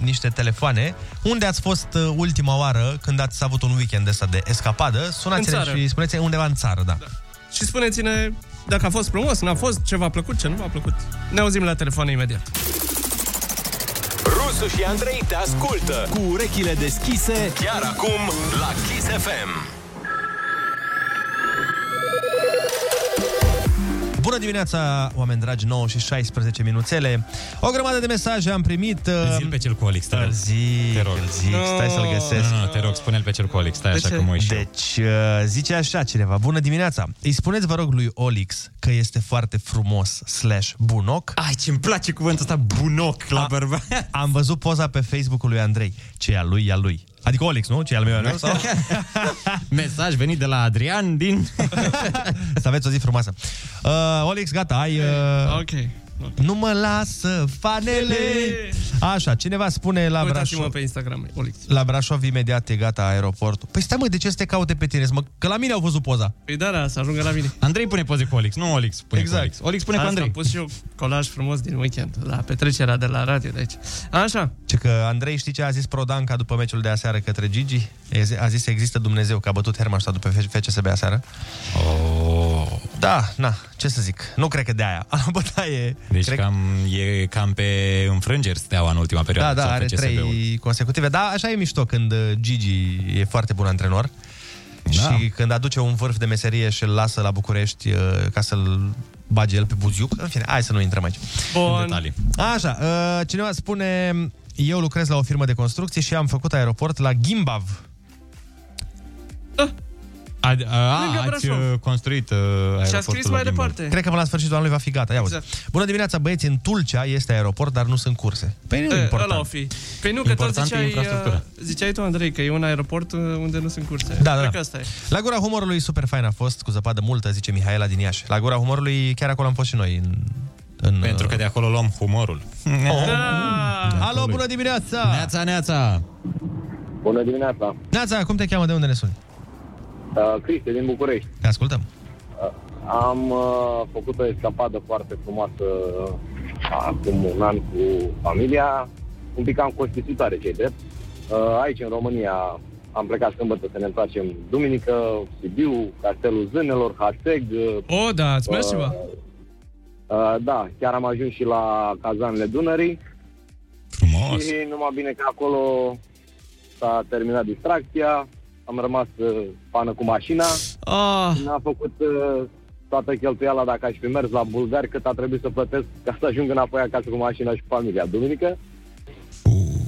niște telefoane. Unde ați fost uh, ultima oară când ați avut un weekend ăsta de escapadă? Sunați-ne În țară. și spuneți undeva în țară, da. da. Și spuneți-ne dacă a fost frumos, n-a fost, ce v-a plăcut, ce nu v-a plăcut. Ne auzim la telefon imediat. Rusu și Andrei te ascultă cu urechile deschise chiar acum la Kiss FM. Bună dimineața, oameni dragi, 9 și 16 minuțele. O grămadă de mesaje am primit. Uh, Zil pe cel cu Olix, te rog. Zic, te rog. zic, stai să-l găsesc. Nu, nu, te rog, spune-l pe cel cu Olix, stai De așa ce? că mă uit și eu. Deci, uh, zice așa cineva, bună dimineața. Îi spuneți, vă rog, lui Olix că este foarte frumos slash bunoc. Ai, ce-mi place cuvântul ăsta, bunoc, la bărbat. Am văzut poza pe Facebook-ul lui Andrei. Ce e a lui, e a lui. Adică Olix, nu? Ce e al meu, e al meu? [laughs] Sau? Mesaj venit de la Adrian din... [laughs] Să aveți o zi frumoasă. Uh, Olix, gata, ai... Uh... Ok. Nu mă lasă, fanele! Așa, cineva spune la Uitați-mă Brașov. pe Instagram, Olix. La Brașov imediat e gata aeroportul. Păi stai mă, de ce să te caute pe tine? Mă, că la mine au văzut poza. Păi da, da, să ajungă la mine. Andrei pune poze cu Olix, nu Olix pune Exact. cu Olix. Olix pune Asta cu Andrei. am pus și eu colaj frumos din weekend, la petrecerea de la radio de aici. Așa. Ce că Andrei știi ce a zis Prodanca după meciul de aseară către Gigi? E- A zis există Dumnezeu, că a bătut Hermannstadt după F- FCSB aseară. Oh. Da, na, ce să zic. Nu cred că de aia. Bătaie. Deci Cred- cam, e cam pe înfrângeri steaua în ultima Da, perioadă. da, sau are FCSB-ul. trei consecutive. Da, așa e mișto când uh, Gigi e foarte bun antrenor. Da. Și când aduce un vârf de meserie și îl lasă la București uh, ca să-l bage el pe buziuc. În fine, hai să nu intrăm aici. Bun. Așa, uh, cineva spune, eu lucrez la o firmă de construcții și am făcut aeroport la Gimbav. A, a, Lângă a, ați Brașov. uh, construit uh, aeroportul la Gimbav. Cred că până la sfârșitul anului va fi gata. Ia exact. Bună dimineața, băieți, în Tulcea este aeroport, dar nu sunt curse. Păi nu e important. Ăla o fi. Păi nu, că tot Important e ziceai, uh, infrastructura. ziceai tu, Andrei, că e un aeroport uh, unde nu sunt curse. Da, da, Cred da. că asta e. La gura humorului super fain a fost, cu zăpadă multă, zice Mihaela din Iași. La gura humorului chiar acolo am fost și noi. În, în, Pentru că de acolo luăm humorul. Oh. Alo, bună dimineața! Neața, neața! Bună dimineața! Neața, cum te cheamă? De unde ne suni? Uh, Cristi din București. Te ascultăm. Am uh, făcut o escapadă foarte frumoasă uh, acum un an cu familia. Un pic am costisitoare, cei drept. Uh, aici, în România, am plecat sâmbătă să ne întoarcem duminică, Sibiu, Castelul Zânelor, Haseg. O, oh, da, ați mers ceva? Uh, da, chiar am ajuns și la cazanele Dunării. Frumos! Și numai bine că acolo s-a terminat distracția, am rămas uh, pană cu mașina. Ah. N-a făcut uh, toată cheltuiala dacă aș fi mers la bulgari, cât a trebuit să plătesc ca să ajung înapoi acasă cu mașina și cu familia duminică.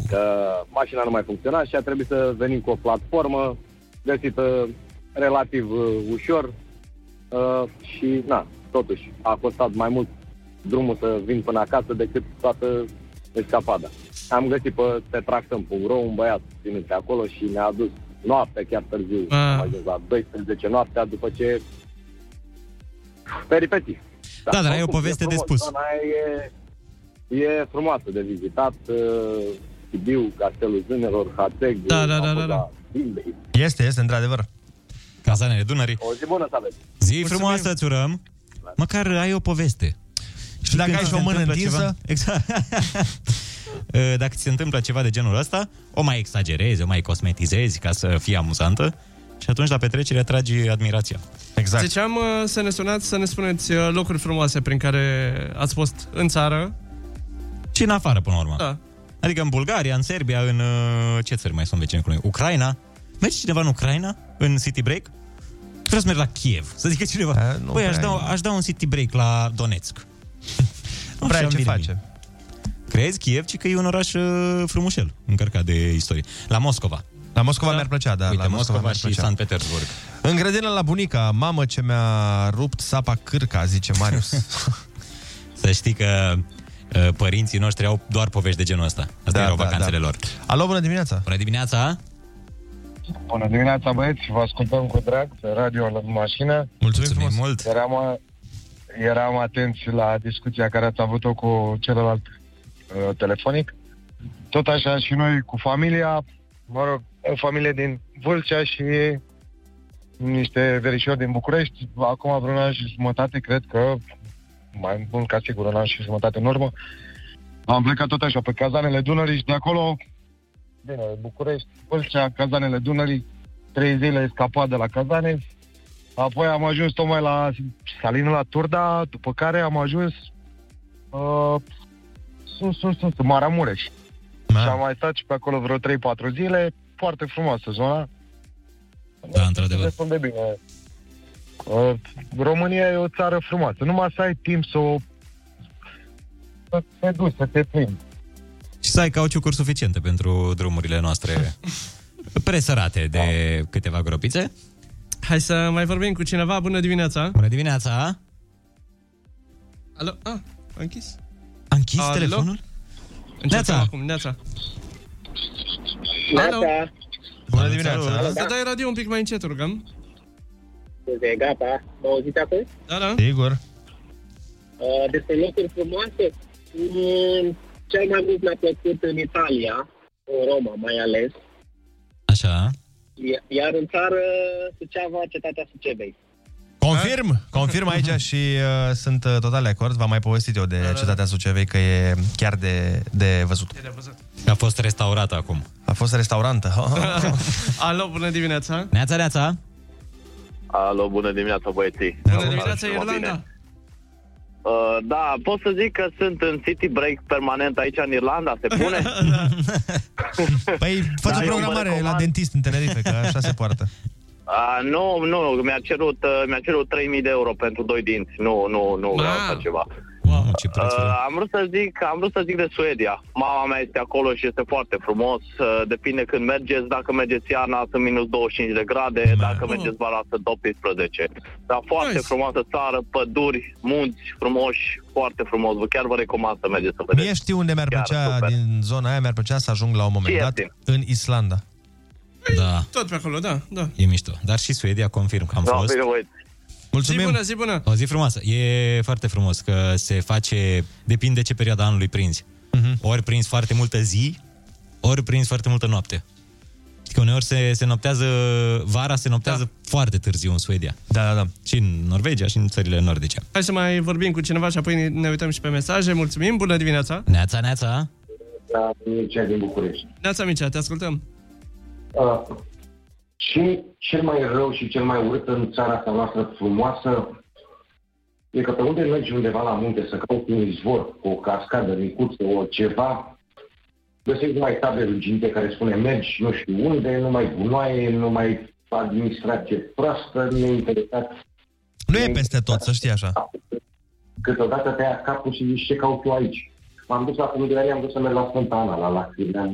Că mașina nu mai funcționa și a trebuit să venim cu o platformă găsită relativ uh, ușor. Uh, și, na, totuși, a costat mai mult drumul să vin până acasă decât toată escapada. Am găsit pe tetraxăm.ro un băiat ținut pe acolo și ne-a adus noaptea, chiar târziu, Ah. am ajuns la 12 noaptea după ce peripeții. Da, dar ai o oricum, poveste e de frumos. spus. Zona aia E, e frumoasă de vizitat, uh, Sibiu, Castelul Zânelor, Hateg, Da, da, da, da, da. Este, este, într-adevăr. Cazanele Dunării. O zi bună să aveți! Zi frumoasă, îți urăm. Măcar ai o poveste. Și dacă ai și o mână întinsă? Exact. [laughs] Uh, dacă ți se întâmplă ceva de genul ăsta, o mai exagerezi, o mai cosmetizezi ca să fie amuzantă și atunci la petrecere atragi admirația. Deci, Exact. Ziceam uh, să ne sunați, să ne spuneți uh, locuri frumoase prin care ați fost în țară. Și în afară, până la urmă. Da. Adică în Bulgaria, în Serbia, în... uh, Ce țări mai sunt vecine cu noi? Ucraina? Merge cineva în Ucraina? În City Break? Trebuie să merg la Kiev, să zică cineva. A, nu Băi, aș prea da, ai- aș da un City Break la Donetsk. [laughs] Nu prea ai ce face. Crezi Kiev, ci că e un oraș uh, frumușel, încărcat de istorie. La Moscova. La Moscova da. mi-ar plăcea, da. Uite, la Moscova, mi-ar și plăcea. San Petersburg. În grădină la bunica, mamă ce mi-a rupt sapa cârca, zice [laughs] Marius. Să știi că uh, părinții noștri au doar povești de genul ăsta. Asta da, erau da, vacanțele da. lor. Alo, bună dimineața! Bună dimineața! Bună dimineața, băieți! Vă ascultăm cu drag pe radio în mașină. Mulțumim, Mulțumim mult! Eram, eram atenți la discuția care ați avut-o cu celălalt uh, telefonic. Tot așa și noi cu familia, mă rog, o familie din Vâlcea și niște verișori din București. Acum vreun an și jumătate, cred că mai mult ca sigur, un an și jumătate în urmă, am plecat tot așa pe cazanele Dunării și de acolo, bine, București, Vâlcea, cazanele Dunării, trei zile scapat de la cazane, apoi am ajuns tocmai la Salină la Turda, după care am ajuns uh, sus, sus, sus, în Maramureș. Și am mai stat și pe acolo vreo 3-4 zile, foarte frumoasă zona. Da, într-adevăr. Destul de bine. Uh, România e o țară frumoasă, numai să ai timp să o să te duci, să te plimbi. Și să ai cauciucuri suficiente pentru drumurile [laughs] noastre presărate de Da. câteva gropițe. Hai să mai vorbim cu cineva. Bună dimineața! Bună dimineața! Alo? Ah, a închis? A închis Alo? telefonul? Încercăm Neața. acum. Neața! Neața. Bună Salut. dimineața! Să dai radio un pic mai încet, rugăm. E gata, mă auziți acum? Da, da. Sigur. Uh, Despre locuri frumoase, mm, cel mai mult mi-a plăcut în Italia, în Roma mai ales, Așa. i- iar în țară Suceava, cetatea Sucevei. Confirm, confirm [laughs] aici și uh, sunt uh, total de acord. V-am mai povestit eu de Da, cetatea Sucevei că e chiar de, de văzut. A fost restaurată acum. A fost restaurantă. [laughs] [laughs] Alo, bună dimineața! Neața, neața! Alo, bună dimineața, băieții. Bună dimineața, Irlanda! Uh, da, pot să zic că sunt în city break permanent aici în Irlanda, se [laughs] pune? Păi, faci Da, o eu mă programare la recomand. dentist în Tenerife, că așa se poartă. Uh, nu, nu, mi-a cerut, uh, mi-a cerut 3000 de euro pentru doi dinți. Nu, nu, nu, vreau așa ceva. Mamă, ce Uh, am vrut să zic, am vrut să zic de Suedia. Mama mea este acolo și este foarte frumos. Uh, depinde când mergeți, dacă mergeți iarna sunt minus 25 de grade, dacă mergeți vara sunt 18. Dar foarte frumoasă țară, păduri, munți frumoși, foarte frumos. Vă chiar vă recomand să mergeți să vedeți. Mie știu unde mi-ar plăcea din zona aia, mi-ar plăcea să ajung la un moment dat în Islanda. Da, Păi, Tot pe acolo, da, da. e mișto. Dar și Suedia confirm Da, că am fost. Mulțumim. Zi bună, zi bună! O zi frumoasă. E foarte frumos că se face, depinde ce perioada anului prinzi. Mhm. Uh-huh. Ori prinzi foarte multă zi, ori prinzi foarte multă noapte. Știi că uneori se, se noptează, vara se noptează da. foarte târziu în Suedia. Da, da, da. Și în Norvegia și în țările nordice. Hai să mai vorbim cu cineva și apoi ne uităm și pe mesaje. Mulțumim, bună dimineața! Neața, neața! la Da, cea din București. Neața Micea, te ascultăm. Uh, și cel mai rău și cel mai urât în țara asta noastră frumoasă e că pe unde mergi undeva la munte să cauți un izvor cu o cascadă micuță, o ceva, găsești numai tabe ruginte care spune mergi nu știu unde, numai gunoaie, numai administrație proastă, nu e interesat. Nu e peste tot, să știi așa. Câteodată te ia capul și zici ce caut eu aici. M-am dus acum 2 ani, am dus să merg la Sfânta Ana, la Lacrimean.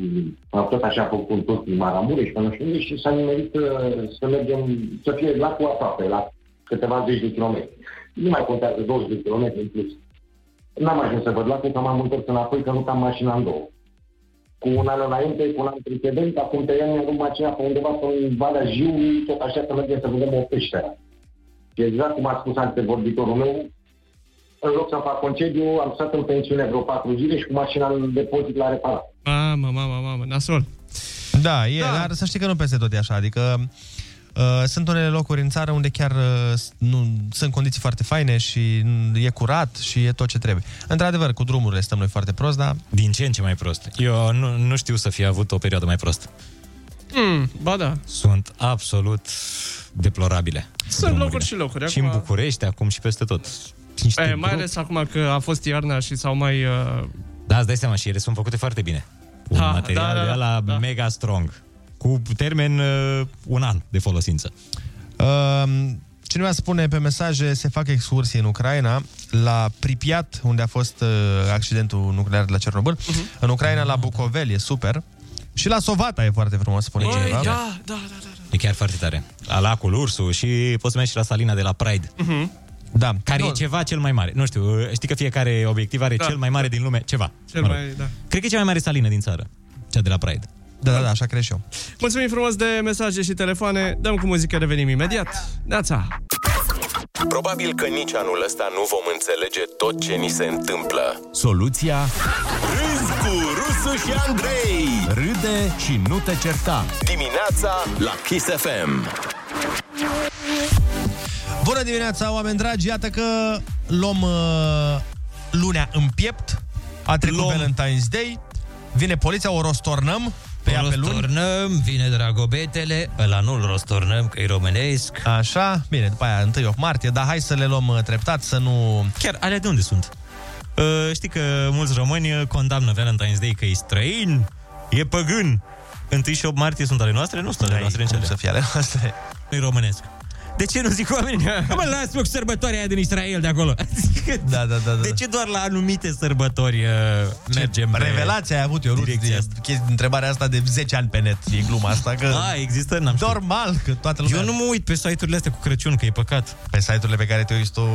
Am tot așa făcut un tur prin Maramureș, pe nu știu unde, și s-a nimerit uh, să mergem, să fie lacul aproape, la câteva zeci de kilometri. Nu mai contează 20 de kilometri în plus. N-am ajuns să văd lacul, că m-am întors înapoi, că nu am mașina în două. Cu un an înainte, cu un an precedent, acum trei ani am mașina pe undeva pe în Valea Jiului, tot așa să mergem să vedem o peșteră. Și exact cum a spus antevorbitorul meu, în loc să fac concediu, am stat în pensiune vreo patru zile și cu mașina în depozit la reparat. Mamă, mamă, mamă, nasol. Da, e, da. dar să știi că nu peste tot e așa, adică uh, sunt unele locuri în țară unde chiar uh, s- nu, sunt condiții foarte faine și mm, e curat și e tot ce trebuie. Într-adevăr, cu drumurile stăm noi foarte prost, dar... Din ce în ce mai prost. Eu nu, nu știu să fi avut o perioadă mai prostă. Mm, ba da. Sunt absolut deplorabile. Sunt locuri și locuri. Și în București, acum și peste tot. Niște E, mai ales acum că a fost iarna și s-au mai... Uh... Da, îți dai seama, și ele sunt făcute foarte bine. Un Da, da, material da, da, da, da, la da. mega strong. Cu termen uh, un an de folosință. Uh, cineva spune pe mesaje, se fac excursii în Ucraina, la Pripyat, unde a fost uh, accidentul nuclear de la Cernobâl, Mhm. uh-huh. în Ucraina, la Bucovel, e super, și la Sovata e foarte frumos, spune Băi, cineva. da, da, E chiar foarte tare. La lacul Ursu și poți să mergi și la salina de la Pride. Uh-huh. Da. Care e ceva cel mai mare. Nu știu, știi că fiecare obiectiv are Da. da. cel mai mare din lume. Ceva. Cel Mă rog. mai, da. Cred că e cea mai mare salină din țară. Cea de la Pride. Da, da, da, așa cred și eu. Mulțumim frumos de mesaje și telefoane. Dăm cu muzică, revenim imediat. Neața! Probabil că nici anul ăsta nu vom înțelege tot ce ni se întâmplă. Soluția? Râzi cu Rusu și Andrei! Râde și nu te certa. Dimineața la Kiss FM. [laughs] Bună dimineața, oameni dragi! Iată că luăm uh, lunea în piept, a trecut Valentine's Day, vine poliția, o rostornăm pe ea pe luni. Rostornăm, vine dragobetele, ăla nu-l rostornăm, că e românesc. Așa, Da, bine, după aia 1 8 martie, dar hai să le luăm uh, treptat, să nu... Chiar, alea de unde sunt? Uh, știi că mulți români uh, condamnă Valentine's Day că e străin, e păgân. 1 și 8 martie sunt ale noastre? Nu sunt ale noastre nici să fie ale noastre? Nu-i românesc. De ce nu zic oamenii? Că [laughs] Mă, las cu sărbătoarea aia din Israel de [laughs] acolo. Da, da, da. De ce doar la anumite sărbători uh, mergem? pe- Revelația ai avut eu, Ruth, de, chesti- întrebarea asta de 10 ani pe net, e gluma asta, că... A, Da, există? N-am știut. Normal, că toată lumea... Eu nu mă uit pe site-urile astea cu Crăciun, că e păcat. Pe site-urile pe care te uiți tu...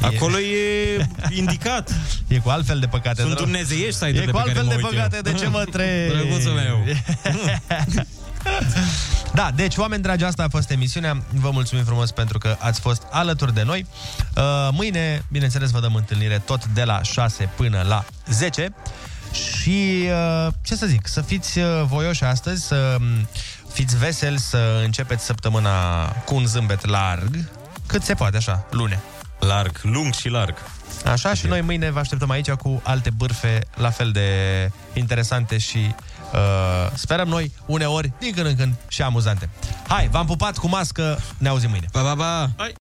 Acolo [laughs] e indicat. E cu altfel de păcate. Sunt drăguț. dumnezeiești E site-urile cu pe altfel care mă uit de păcate, eu. de ce [laughs] mă trei? Drăguțul meu. [laughs] Da, deci oameni dragi, asta a fost emisiunea. Vă mulțumim frumos pentru că ați fost alături de noi. Uh, Mâine, bineînțeles, vă dăm întâlnire tot de la 6 până la 10. Și uh, ce să zic, să fiți uh, voioși astăzi, să mm, fiți veseli, să începeți săptămâna cu un zâmbet larg, cât se poate așa, lune. Larg, lung și larg. Așa și noi mâine vă așteptăm aici cu alte bârfe la fel de interesante și uh, sperăm noi uneori, din când în când, și amuzante. Hai, v-am pupat cu mască, ne auzim mâine. Pa, pa, pa! Hai!